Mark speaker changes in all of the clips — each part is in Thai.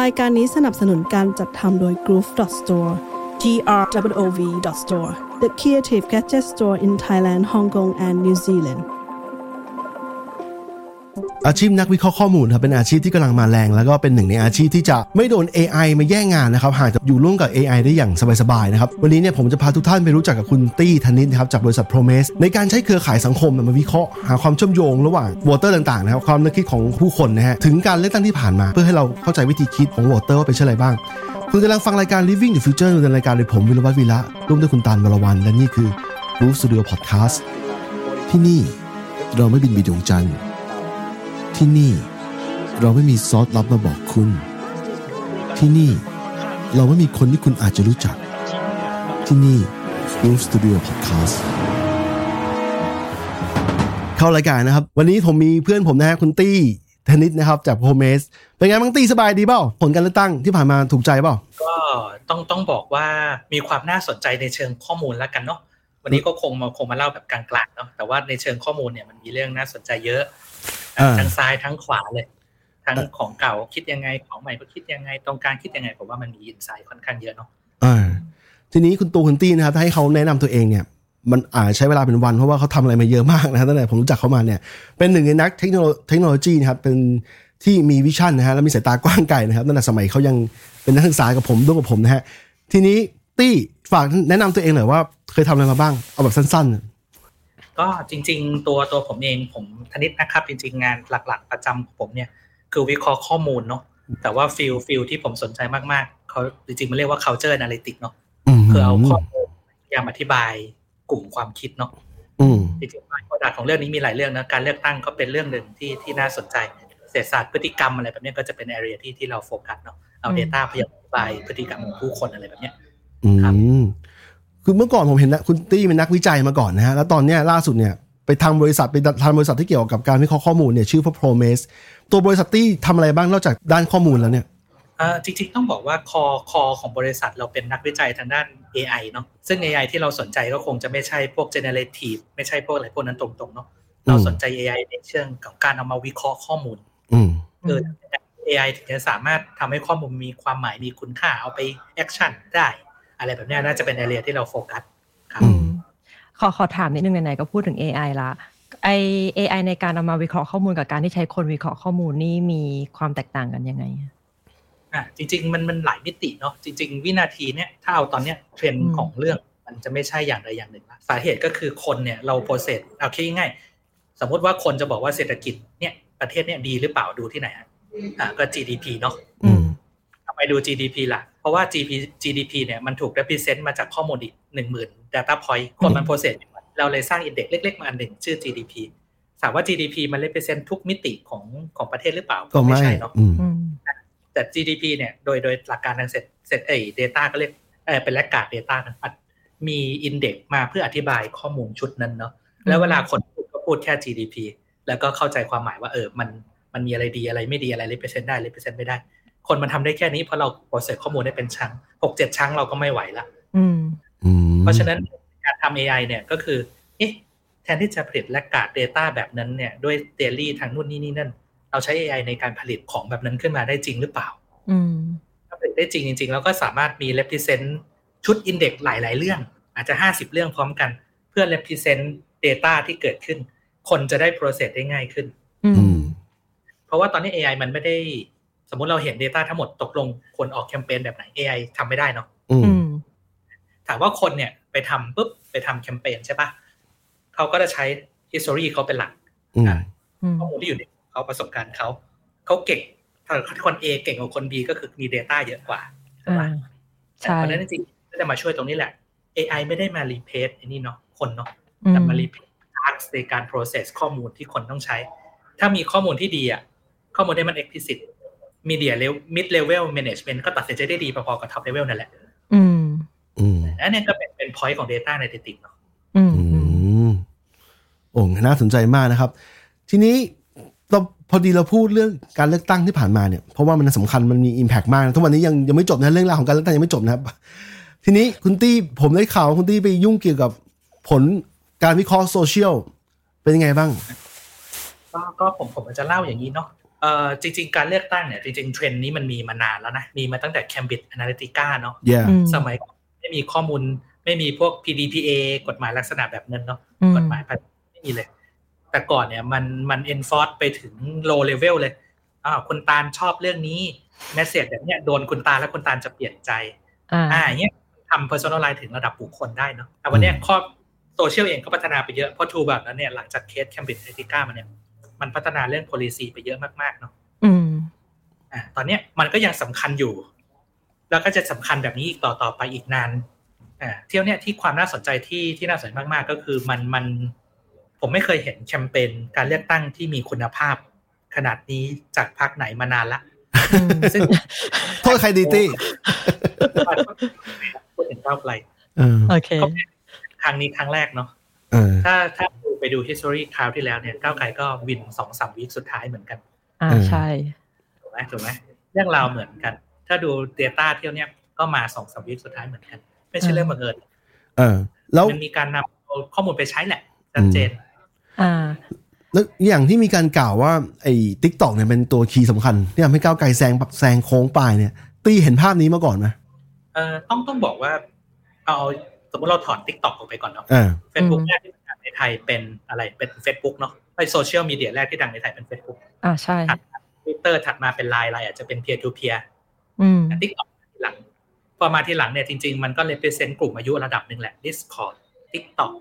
Speaker 1: รายการนี้สนับสนุนการจัดทำโดย Groove Store grov store the creative gadget store in Thailand Hong Kong and New Zealand
Speaker 2: อาชีพนักวิเคราะห์ข้อมูลครับเป็นอาชีพที่กำลังมาแรง แล้วก็เป็นหนึ่งในอาชีพที่จะไม่โดน AI มาแย่งงานนะครับหากจะอยู่ร่วมกับ AI ได้อย่างสบายๆนะครับวันนี้เนี่ยผมจะพาทุกท่านไปรู้จักกับคุณตี้ธนินครับจากบริษัท Promise ในการใช้เครือข่ายสังคมมาวิเคราะห์หาความเชื่อมโยงระหว่างวอเตอร์ต่างๆนะครับความนึกคิดของผู้คนนะฮะถึงการเลือกตั้งที่ผ่านมาเพื่อให้เราเข้าใจวิธีคิดของวอเตอร์ว่าเป็นเช่นไรบ้าง คุณกำลังฟังรายการ Living the Future ดำเนินรายการโดยผมวิรวัตรวีระร่วมด้วยคุณตาลวรวันและนี่คือ Roof Studio Podcast ที่นี่เราไม่บินไปดวงจันทร์ ที่นี่ เราไม่มีซอสลับมาบอกคุณ ที่นี่ เราไม่มีคนที่คุณอาจจะรู้จัก ที่นี่ Roof Studio Podcast เข้ารายการนะครับ วันนี้ผมมีเพื่อนผมนะฮะคุณตี้ธนิตนะครับจากโฮเมสเป็นไงบ้างตี้สบายดีเปล่าผลการเลือกตั้งที่ผ่านมาถูกใจเปล่า
Speaker 3: ก็ต้องต้องบอกว่ามีความน่าสนใจในเชิงข้อมูลแล้วกันเนาะวันนี้ก็คงมาคงมาเล่าแบบกลางๆเนาะแต่ว่าในเชิงข้อมูลเนี่ยมันมีเรื่องน่าสนใจเยอะ
Speaker 2: อ่า
Speaker 3: ทั้งซ้ายทั้งขวาเลย ทั้งของเก่าคิดยังไงของใหม่ก็คิดยังไงตรงกลางคิดยังไงผมว่ามันมีอินไซต์ค่อนข้างเยอะเนาะ
Speaker 2: อ่าทีนี้คุณตูคุณตี้นะครับถ้าให้เขาแนะนำตัวเองเนี่ย มันอาจใช้เวลาเป็นวันเพราะว่าเขาทำอะไรมาเยอะมากนะฮะตั้งแต่ผมรู้จักเขามาเนี่ย เป็นหนึ่งในนักเทคโนโลเทคโนโลยีนะครับเป็นที่มีวิชั่นนะฮะและมีสายตากว้างไกลนะครับตั้งแต่สมัยเขายังเป็นนักศึกษากับผมร่วมกับผมนะฮะทีนี้ตี้ฝากแนะนำตัวเองหน่อยว่าเคยทำอะไรมาบ้างเอาแบบสั้นๆ
Speaker 3: ก็จริง ๆ ตัวตัวผมเองผมธนิตนะครับ จริง ๆ งานหลัก ๆ ประจำของผมเนี่ยคือวิเคราะห์ข้อมูลเนาะแต่ว่าฟิลฟิลที่ผมสนใจมากๆเขาจริงๆมันเรียกว่า culture analytics เนาะคือเอาข้อมูลพยายามอธิบายกลุ่มความคิดเนาะ
Speaker 2: อืม
Speaker 3: จริงๆบทบาทของเรื่องนี้มีหลายเรื่องนะการเลือกตั้งก็เป็นเรื่องหนึ่งที่ที่น่าสนใจเศรษฐศาสตร์พฤติกรรมอะไรแบบเนี้ยก็จะเป็น area ที่ที่เราโฟกัสเนาะเอา
Speaker 4: อืม
Speaker 3: Data พยายามอธิบายพฤติกรรมของผู้คนอะไรแบบเนี้ย
Speaker 2: อื
Speaker 3: ครับ
Speaker 2: มคือเมื่อก่อนผมเห็นนะคุณตี้เป็นนักวิจัยมาก่อนนะฮะแล้วตอนเนี้ยล่าสุดเนี่ยไปทำบริษัทไปทำบริษัทที่เกี่ยวกับการวิเคราะห์ข้อมูลเนี่ยชื่อว่า Promise ตัวบริษัทตี้ทำอะไรบ้างนอกจากด้านข้อมูลแล้วเนี่ย
Speaker 3: เอ่อจริงๆต้องบอกว่าคอคอของบริษัทเราเป็นนักวิจัยทางด้าน AI เนาะซึ่ง AI ที่เราสนใจก็คงจะไม่ใช่พวก generative ไม่ใช่พวกอะไรพวกนั้นตรงๆเนาะเรา
Speaker 2: อืม
Speaker 3: สนใจ AI ในเชิงกับการเอามาวิเคราะห์ข้อมูล
Speaker 2: อืม
Speaker 3: เออ AI ถึงจะสามารถทำให้ข้อมูลมีความหมายมีคุณค่าเอาไปแอคชั่นได้ อะไรแบบเนี้ยน่าจะเป็น area ที่เราโฟกัสครับ
Speaker 2: อืม
Speaker 4: ขอขอถามนิดนึงไหนๆก็พูดถึง AI ละไอ AI ในการเอามาวิเคราะห์ข้อมูลกับการที่ใช้คนวิเคราะห์ข้อมูลนี่มีความแตกต่างกันยังไงอะ
Speaker 3: อ่ะจริงๆมันมันหลายมิติเนาะจริง ๆ วินาทีเนี่ยถ้าเอาตอนเนี้ยเทรน
Speaker 4: อื
Speaker 3: ด์
Speaker 4: ม
Speaker 3: ของเรื่องมันจะไม่ใช่อย่างใดอย่างหนึ่งละสาเหตุก็คือคนเนี่ยเราโปรเซสเอาคิดง่ายๆสมมติว่าคนจะบอกว่าเศรษฐกิจเนี่ยประเทศเนี่ยดีหรือเปล่าดูที่ไหนอะอ่ะก็ GDP เนาะ
Speaker 2: อืม
Speaker 3: ทำไมดู GDP ล่ะ เพราะว่า GDP GDP เนี่ยมันถูก represent มาจากข้อมูลอีกหนึ่งหมื่น data point คนมันโปรเซสเราเลยสร้างอินเด็กซ์เล็กๆมาอันหนึ่งชื่อ GDP ถามว่า GDP มัน represent ทุกมิติของของประเทศหรือเปล่า
Speaker 2: ก็ไม่
Speaker 3: ใช่เนาะ
Speaker 2: อืม
Speaker 4: อืม
Speaker 3: แต่ GDP เนี่ย โดย โดยหลักการทางเศรษฐเศรษฐเอ้ย data ก็เรียกเออเป็นแลกการ data นะอัดมีอินเด็กมาเพื่ออธิบายข้อมูลชุดนั้นเนาะ แล้วเวลาคนพูดก็พูดแค่ GDP แล้วก็เข้าใจความหมายว่า เออ มัน มันมีอะไรดีอะไรไม่ดีอะไรเลเปอร์เซ็นต์ได้เลเปอร์เซ็นต์ไม่ได้ คนมันทำได้แค่นี้เพราะเราโปรเซสข้อมูลได้เป็นชั้นหกเจ็ดชั้นเราก็ไม่ไหวละ
Speaker 4: อืม
Speaker 2: อืม
Speaker 3: เพราะฉะนั้นการทำ AI เนี่ยก็คือ เอ๊ะ แทนที่จะผลิตและกาด Data แบบนั้นเนี่ย ด้วยเดลี่ทางนู่นนี่นี่นั่น เราใช้ AI ในการผลิตของแบบนั้นขึ้นมาได้จริงหรือเปล่า
Speaker 4: อืม
Speaker 3: ถ้าผลิตได้จริงจริงๆแล้วก็สามารถมี represent ชุด index หลาย ๆ เรื่อง อาจจะ 50 เรื่องพร้อมกัน เพื่อ represent data ที่เกิดขึ้น คนจะได้ process ได้ง่ายขึ้น
Speaker 4: อื
Speaker 2: อื
Speaker 4: ม
Speaker 2: ม
Speaker 3: เพราะว่าตอนนี้ AI มันไม่ได้ สมมติเราเห็น data ทั้งหมดตกลงควรออกแคมเปญแบบไหน AI ทำไม่ได้เนาะ
Speaker 2: อืม
Speaker 4: อืม
Speaker 3: ถามว่าคนเนี่ยไปทำปุ๊บ ไปทำแคมเปญใช่ปะเขาก็จะใช้ history เขาเป็นหลัก
Speaker 2: อืม
Speaker 4: อืม
Speaker 3: ข้อมูลที่อยู่ในเขาประสบการณ์เขาเขาเก่งถ้าคน A เก่งกว่าคน B ก็คือมี data เยอะกว่าใช่ปะ
Speaker 4: อ่า ใช่
Speaker 3: เพราะฉะนั้นจริงๆก็จะมาช่วยตรงนี้แหละ AI ไม่ได้มารีเพสไอ้นี่เนาะคนเนาะ
Speaker 4: อื
Speaker 3: แต่
Speaker 4: ม
Speaker 3: มารีเพส task ในการ process ข้อมูลที่คนต้องใช้ ถ้ามีข้อมูลที่ดีอะข้อมูลที่มัน explicit media level mid level management ก็ตัดสินใจได้ดีพอๆกับ top level นั่นแหละ
Speaker 4: อืม
Speaker 2: อืม
Speaker 3: อันนี้ก็เป็นเป็น point ของ data analytics เนาะ
Speaker 4: อืม
Speaker 2: อืม โอ้น่าสนใจมากนะครับ ทีนี้เราพอดีเราพูดเรื่องการเลือกตั้งที่ผ่านมาเนี่ย เพราะว่ามันสำคัญมันมี Impact มากนะทุกวันนี้ยังยังไม่จบนะเรื่องราวของการเลือกตั้งยังไม่จบนะครับ ทีนี้คุณตี้ผมได้ข่าวว่าคุณตี้ไปยุ่งเกี่ยวกับผลการวิเคราะห์โซเชียลเป็นยังไงบ้าง
Speaker 3: ก็ก็ผมผมจะเล่าอย่างนี้เนาะ เอ่อจริง ๆ การเลือกตั้งเนี่ยจริง ๆ เทรนด์นี้มันมีมานานแล้วนะ มีมาตั้งแต่ Cambridge Analytica เนาะ
Speaker 2: yeah
Speaker 4: อืม
Speaker 3: สมัยก่อนไม่มีข้อมูลไม่มีพวก PDPA กฎหมายลักษณะแบบนั้นเนาะ
Speaker 4: อืม
Speaker 3: กฎหมายภาษีไม่มีเลย แต่ก่อนเนี่ยมันมัน enforce ไปถึง low level เลยอ่าวคุณตาลชอบเรื่องนี้ m ม s เ g e แบบเนี้ยโดนคุณตาลแล้วคุณตาลจะเปลี่ยนใจ
Speaker 4: อ่า
Speaker 3: อ่าอย่างเงี้ยทำ personalize ถึงระดับบุคคลได้เนาะแต่วันเนี้ยข้อโซเชียลเองก็พัฒนาไปเยอะเพราะทูแบบนั้นเนี่ยหลังจากเคส Cambridge Analytica มาเนี่ยมันพัฒนาเรื่อง policy ไปเยอะมากๆเนาะ
Speaker 4: อืม
Speaker 3: อ่ะตอนเนี้ยมันก็ยังสำคัญอยู่ แล้วก็จะสำคัญแบบนี้อีกต่อต่อไปอีกนานอ่าเที่ยวเนี้ยที่ความน่าสนใจที่ที่น่าสนใจมาก ๆ ก็คือมันมัน ผมไม่เคยเห็นแคมเปญการเลือกตั้งที่มีคุณภาพ ขนาดนี้จากพรรคไหนมานานละ
Speaker 4: อืม
Speaker 3: ซึ่ง
Speaker 2: โทษใครดีตี้
Speaker 3: พูดถึงก้าวไกล
Speaker 2: เออ
Speaker 4: โอเค
Speaker 3: ครั้งนี้ครั้งแรกเนาะ
Speaker 2: เออ
Speaker 3: ถ้าถ้าดูไปดู history คราวที่แล้วเนี่ยก้าวไกลก็วินสองสามวีคสุดท้ายเหมือนกัน
Speaker 4: อ่า
Speaker 2: เออ
Speaker 4: ใช่
Speaker 3: ถูกไหมถูกไหมเรื่องราวเหมือนกัน ถ้าดู Data เที่ยวเนี้ยก็มาสองสามวิคสุดท้ายเหมือนกัน ไม่ใช่เรื่องบังเอิญ
Speaker 2: เออแล้ว
Speaker 3: มันมีการนำเอาข้อมูลไปใช้แหละชัดเจน
Speaker 4: อ่า
Speaker 2: แล้วอย่างที่มีการกล่าวว่าไอ้ทิกตอกเนี่ยเป็นตัวคีย์สำคัญที่ทำให้ก้าวไกลแซงแซงโค้งปลายเนี่ย ตี้เห็นภาพนี้มาก่อนไหม
Speaker 3: เอ่อต้องต้องบอกว่า เอาสมมติเราถอด TikTok ออกไปก่อนเนาะ
Speaker 2: เออ
Speaker 3: Facebook
Speaker 4: อืม
Speaker 3: แรกที่ดังในไทยเป็นอะไรเป็น Facebook เนาะไอโซเชียลมีเดียแรกที่ดังในไทยเป็น Facebook
Speaker 4: อ่า ใช่
Speaker 3: Twitter ถัดมาเป็น Line Line อาจจะเป็น Peer to Peer
Speaker 4: อืม
Speaker 3: แต่ TikTok มาทีหลัง พอมาทีหลังเนี่ยจริง ๆ มันก็เลยเป็นเซนกลุ่มอายุระดับหนึ่งแหละ Discord TikTok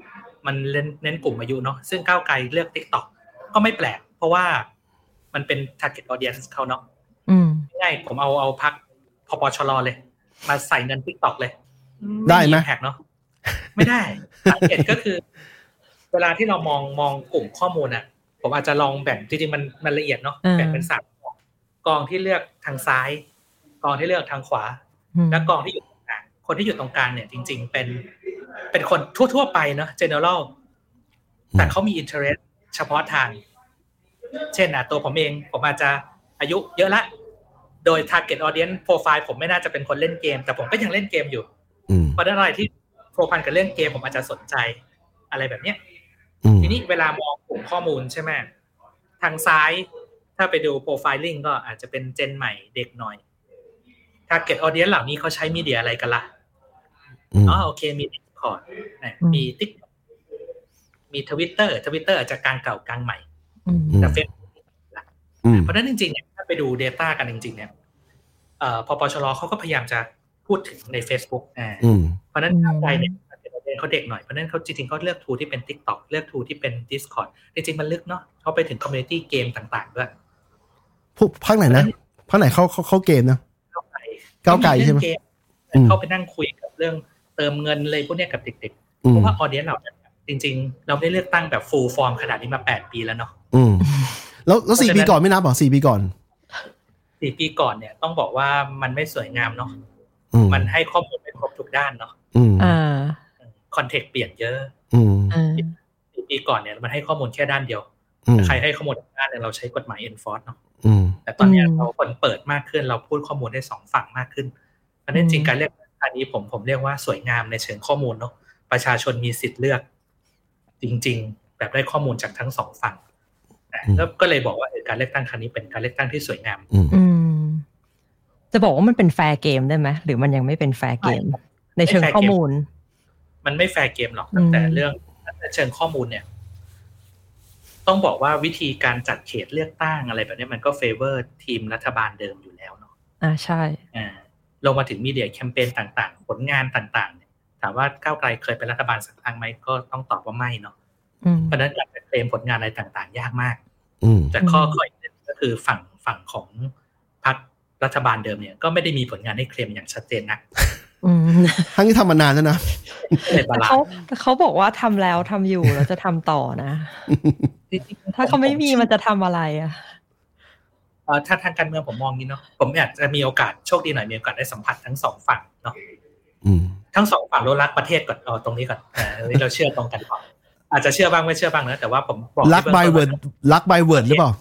Speaker 3: มันเน้นเน้นกลุ่มอายุเนาะซึ่งก้าวไกลเลือก TikTok ก็ไม่แปลก เพราะว่ามันเป็น target audience เขาเนาะ
Speaker 4: อืม
Speaker 3: ง่ายๆผมเอาเอาพักพปชรเลย มาใส่เงิน TikTok เลย
Speaker 2: ได้ไหม
Speaker 3: แพกเนาะไม่ได้ target ก็คือ เวลาที่เรามองมองกลุ่มข้อมูลอะผมอาจจะลองแบ่งจริงๆมันมันละเอียดเนาะ
Speaker 4: อ่า
Speaker 3: แบ่งเป็นสามกองกองที่เลือกทางซ้าย กองที่เลือกทางขวา
Speaker 4: อืม
Speaker 3: และกองที่อยู่ตรงกลาง คนที่อยู่ตรงกลางเนี่ยจริง ๆ เป็นเป็นคนทั่ว ๆ ไปเนาะ general แต่เขามี interest เฉพาะทาง เช่นอ่ะตัวผมเองผมอาจจะอายุเยอะละ โดย target audience profile ผมไม่น่าจะเป็นคนเล่นเกม แต่ผมก็ยังเล่นเกมอยู่
Speaker 2: อืม
Speaker 3: เพราะฉะนั้นอะไรที่โฟพันกับเรื่องเกมผมอาจจะสนใจอะไรแบบเนี้ย
Speaker 2: อืม
Speaker 3: ทีนี้เวลามองกลุ่มข้อมูลใช่ไหมทางซ้ายถ้าไปดูโปรไฟลิงก็อาจจะเป็นเจนใหม่เด็กหน่อย Target Audience เหล่านี้เขาใช้มีเดียอะไรกันล่ะ
Speaker 2: อืม
Speaker 3: อ๋อโอเคมี Discord นะมี Tik มี Twitter Twitter อาจจะกลางเก่ากลางใหม่
Speaker 4: อืม
Speaker 3: แต่ Facebook
Speaker 2: อืม
Speaker 3: เพราะฉะนั้นจริงๆเนี่ยถ้าไปดู Data กันจริง ๆ เนี่ยเอ่อพปชรเขาก็พยายามจะพูดถึงใน Facebook อ่า
Speaker 2: อืม
Speaker 3: เพราะฉะนั้น
Speaker 4: อืม
Speaker 3: ก้าวไกลเนี่ยเขาเด็กหน่อย เพราะฉะนั้นเขาจริงๆเขาเลือกทูที่เป็น TikTok เลือกทูที่เป็น Discord จริงๆมันลึกเนาะเขาไปถึงคอมมูนิตี้เกมต่างๆด้วย
Speaker 2: พวกภาคไหนนะภาคไหนเข้าเข้าเข้าเกมนะ
Speaker 3: ก้าวไกล
Speaker 2: ก้าวไกลใช่ไหม
Speaker 3: เรื่องเก
Speaker 2: อืม
Speaker 3: เขาไปนั่งคุยกับเรื่องเติมเงินเลยพวกเนี้ยกับเด็กๆ
Speaker 2: อืม
Speaker 3: เพราะว่าออเดียนเราเนี่ยจริง ๆ เราไม่ได้เลือกตั้งแบบฟูลฟอร์มขนาดนี้มา 8 ปีแล้วเนาะ
Speaker 2: อืมแล้วแล้วสี่ปีก่อนไม่นับเหรอสี่ปีก่อน
Speaker 3: สี่ปีก่อนเนี่ยต้องบอกว่ามันไม่สวยงามเนาะ
Speaker 2: อืม
Speaker 3: มันให้ข้อมูลไม่ครบทุกด้านเนาะ
Speaker 2: อืม
Speaker 4: อ่า
Speaker 3: คอนเทกต์เปลี่ยนเยอะ
Speaker 2: อืม
Speaker 4: อ่า
Speaker 3: สี่ปีก่อนเนี่ยมันให้ข้อมูลแค่ด้านเดียว
Speaker 2: อืม
Speaker 3: ใครให้ข้อมูลด้านเนี่ยเราใช้กฎหมาย enforce เนาะ
Speaker 2: อืม
Speaker 3: แต่ตอนเนี้ยเราคนเปิดมากขึ้นเราพูดข้อมูลได้สองฝั่งมากขึ้นเพราะฉะนั้นจริงการเลือกตั้งอันนี้ผมผมเรียกว่าสวยงามในเชิงข้อมูลเนาะประชาชนมีสิทธิ์เลือก จริง ๆ แบบได้ข้อมูลจากทั้งสองฝั่งนะแล้วก็เลยบอกว่าเออการเลือกตั้งครั้งนี้เป็นการเลือกตั้งที่สวยงาม
Speaker 2: อืม
Speaker 4: อืม จะบอกว่ามันเป็นแฟร์เกมได้ไหม หรือมันยังไม่เป็นแฟร์เกม ในเชิงข้อมูล
Speaker 3: มันไม่แฟร์เกมหรอกตั้งแต่
Speaker 4: อืม
Speaker 3: เรื่องตั้งแต่เชิงข้อมูลเนี่ย ต้องบอกว่าวิธีการจัดเขตเลือกตั้งอะไรแบบเนี้ยมันก็เฟเวอร์ทีมรัฐบาลเดิมอยู่แล้วเนาะ
Speaker 4: อ่า ใช่
Speaker 3: อ่าลงมาถึงมีเดียแคมเปญต่างๆ ผลงานต่างๆเนี่ยถามว่าก้าวไกลเคยเป็นรัฐบาลสักครั้งไหมก็ต้องตอบว่าไม่เนาะ
Speaker 4: อืม
Speaker 3: เพราะฉะนั้นการจะเคลมผลงานอะไรต่างๆ ยากมาก
Speaker 2: อืม
Speaker 3: แต่ข้อ
Speaker 4: อืม
Speaker 3: ข้อยหนึ่งก็คือฝั่งฝั่งของพรรครัฐบาลเดิมเนี่ยก็ไม่ได้มีผลงานให้เคลมอย่างชัดเจนนัก
Speaker 4: อื ม
Speaker 2: ทั้งที่ทำมานานแล้วนะ
Speaker 3: ก็เลยบา
Speaker 4: แต่
Speaker 3: ลาน
Speaker 4: เขา
Speaker 3: ซ์
Speaker 4: แต่เขาบอกว่าทำแล้วทำอยู่แล้วจะทำต่อนะ ถ้าเขาไม่มีมันจะทำอะไรอ่ะ
Speaker 3: เอ่อถ้าทางการเมืองผมมองนี้เนาะผมอยากจะมีโอกาสโชคดีหน่อยมีโอกาสได้สัมผัสทั้งสองฝั่งเนาะ
Speaker 2: อืม
Speaker 3: ทั้งสองฝั่งเรารักประเทศก่อนเอาตรงนี้ก่อนอ่าอันนี้เราเชื่อตรงกันก่อนอาจจะเชื่อบ้างไม่เชื่อบ้างนะแต่ว่าผมบอก
Speaker 2: รักบายเวิร์ดรักบายเวิร์ดหรือเปล่า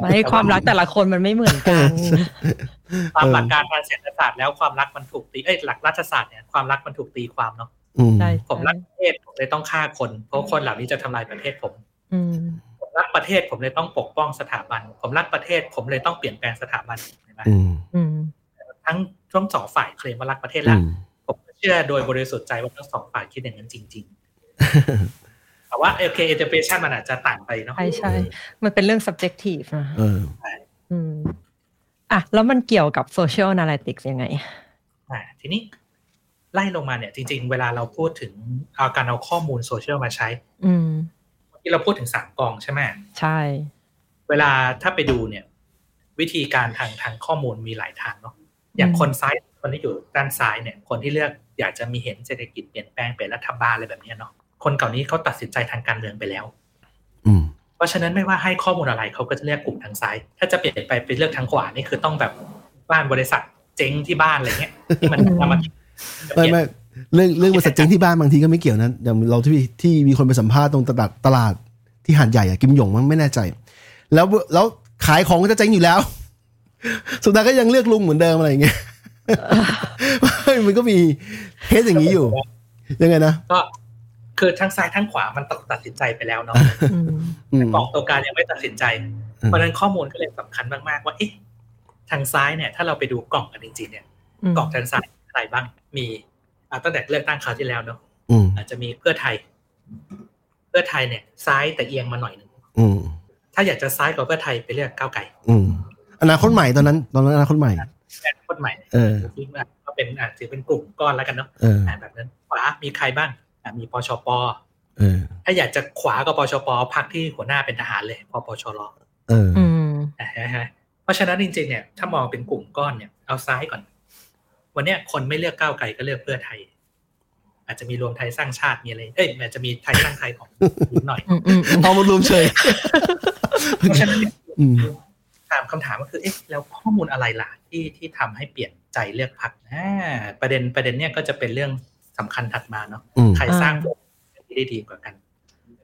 Speaker 4: ไม่ความรักแต่ละคนมันไม่เหมือนกัน
Speaker 3: ตามหลัก
Speaker 2: เออ
Speaker 3: การทางเศรษฐศาสตร์แล้วความรักมันถูกตีเอ้ยหลักรัฐศาสตร์เนี่ยความรักมันถูกตีความเนาะ
Speaker 2: อืม
Speaker 4: ใช่
Speaker 3: ผมรักประเทศผมเลยต้องฆ่าคน เพราะคนเหล่านี้จะทำลายประเทศผม
Speaker 4: อืม
Speaker 3: ผม รักประเทศผมเลยต้องปกป้องสถาบัน ผมรักประเทศ ผมเลยต้องเปลี่ยนแปลงสถาบันเห็นไหม
Speaker 2: อืม
Speaker 4: อืม
Speaker 3: ทั้งทั้งสองฝ่ายเคลมว่ารักประเทศ
Speaker 2: อื
Speaker 3: แล้ว
Speaker 2: ม
Speaker 3: ผมเชื่อโดยบริสุทธิ์ใจว่าทั้งสองฝ่ายคิดอย่างนั้นจริง ๆ แต่ว่าโอเคเอเจเ a ชันมันอาจจะต่างไปเนาะ
Speaker 4: ใช่ใช่
Speaker 2: เออ
Speaker 4: มันเป็นเรื่อง subjective นะ
Speaker 2: เออ
Speaker 4: อืมอ่ะ แล้วมันเกี่ยวกับ social analytics ยังไง
Speaker 3: อ่าทีนี้ไล่ลงมาเนี่ยจริง ๆ เวลาเราพูดถึงเอาการเอาข้อมูลโซเชียลมาใช้
Speaker 4: อืม
Speaker 3: ที่เราพูดถึงสามกองใช่ไหม
Speaker 4: ใช่
Speaker 3: เวลาถ้าไปดูเนี่ย วิธีการทางทางข้อมูลมีหลายทางเนาะอย่างคนซ้ายคนที่อยู่ด้านซ้ายเนี่ย คนที่เลือกอยากจะมีเห็นเศรษฐกิจเปลี่ยนแปลงเปลี่ยนรัฐบาลอะไรแบบเนี้ยเนาะคนเก่านี้เขาตัดสินใจทางการเมืองไปแล้ว
Speaker 2: อืม
Speaker 3: เพราะฉะนั้นไม่ว่าให้ข้อมูลอะไรเขาก็จะเลือกกลุ่มทางซ้าย ถ้าจะเปลี่ยนไปเป็นเลือกทางขวานี่คือต้องแบบบ้านบริษัทเจ๊งที่บ้านอะไรเงี้ยที่มัน
Speaker 4: อืม
Speaker 3: ทำมา
Speaker 2: ไม่ไม่เรื่องเรื่องบริษัทเจ๊งที่บ้านบางทีก็ไม่เกี่ยวนะอย่างเราที่ที่มีคนไปสัมภาษณ์ตรงตลาดตลาดที่หาดใหญ่อะกิมหยงมั้งไม่แน่ใจ แล้วแล้วขายของก็จะเจ๊งอยู่แล้ว สุดท้ายก็ยังเลือกลุงเหมือนเดิมอะไรอย่างเงี้ ยมันก็มีเคสอย่างนี้อยู่ ยังไงนะ
Speaker 3: ก็คือทั้งซ้ายทั้งขวามันตัดสินใจไปแล้วเนาะ
Speaker 4: อืม
Speaker 2: อืม
Speaker 3: กองตัวการยังไม่ตัดสินใจ
Speaker 2: อืม
Speaker 3: เพราะฉะนั้นข้อมูลก็เลยสำคัญมากๆว่าเอ๊ะทางซ้ายเนี่ย ถ้าเราไปดูกล่องกันจริงๆเนี่ย
Speaker 4: อืม
Speaker 3: กล่องทางซ้ายอะไรบ้างมีอ่ะตั้งแต่เลือกตั้งคราวที่แล้วเนาะ
Speaker 2: อืม
Speaker 3: อาจจะมีเพื่อไทย เพื่อไทยเนี่ย ซ้ายแต่เอียงมาหน่อยหนึ่ง
Speaker 2: อืม
Speaker 3: ถ้าอยากจะซ้ายกว่าเพื่อไทยไปเลือกก้าวไกล
Speaker 2: อืมอนาคตใหม่ตอนนั้น ตอนนั้นอนาคตใหม่
Speaker 3: แอดคนใหม่
Speaker 2: เออ
Speaker 3: ซึ่งมันก็เป็นอ่ะถือเป็นกลุ่มก้อนแล้วกันเนาะ
Speaker 2: เออ
Speaker 3: อ่ะแบบนั้นขวามีใครบ้างอ่ะมีปชป
Speaker 2: เออ
Speaker 3: ถ้าอยากจะขวากับปชปพักที่หัวหน้าเป็นทหารเลยพอปชรอ
Speaker 2: เออ
Speaker 4: อืม
Speaker 3: อ่ะฮะเพราะฉะนั้นจริงๆเนี่ยถ้ามองเป็นกลุ่มก้อนเนี่ยเอาซ้ายก่อน วันเนี้ยคนไม่เลือกก้าวไกลก็เลือกเพื่อไทย อาจจะมีรวมไทยสร้างชาติมีอะไรเอ้ยอาจจะมีไทยสร้างไทยของนิด หน่อย
Speaker 4: อืมอืมอืม
Speaker 2: เอามารวมเฉย
Speaker 3: เพราะฉะนั้นเนี่ย
Speaker 2: อืม
Speaker 3: ถามคำถามก็คือเอ๊ะแล้วข้อมูลอะไรล่ะที่ที่ทำให้เปลี่ยนใจเลือกพักอ่าประเด็นประเด็นเนี่ยก็จะเป็นเรื่องสำคัญถัดมาเนาะ
Speaker 2: อืม
Speaker 3: ใครสร้างที่ได้ดีกว่ากัน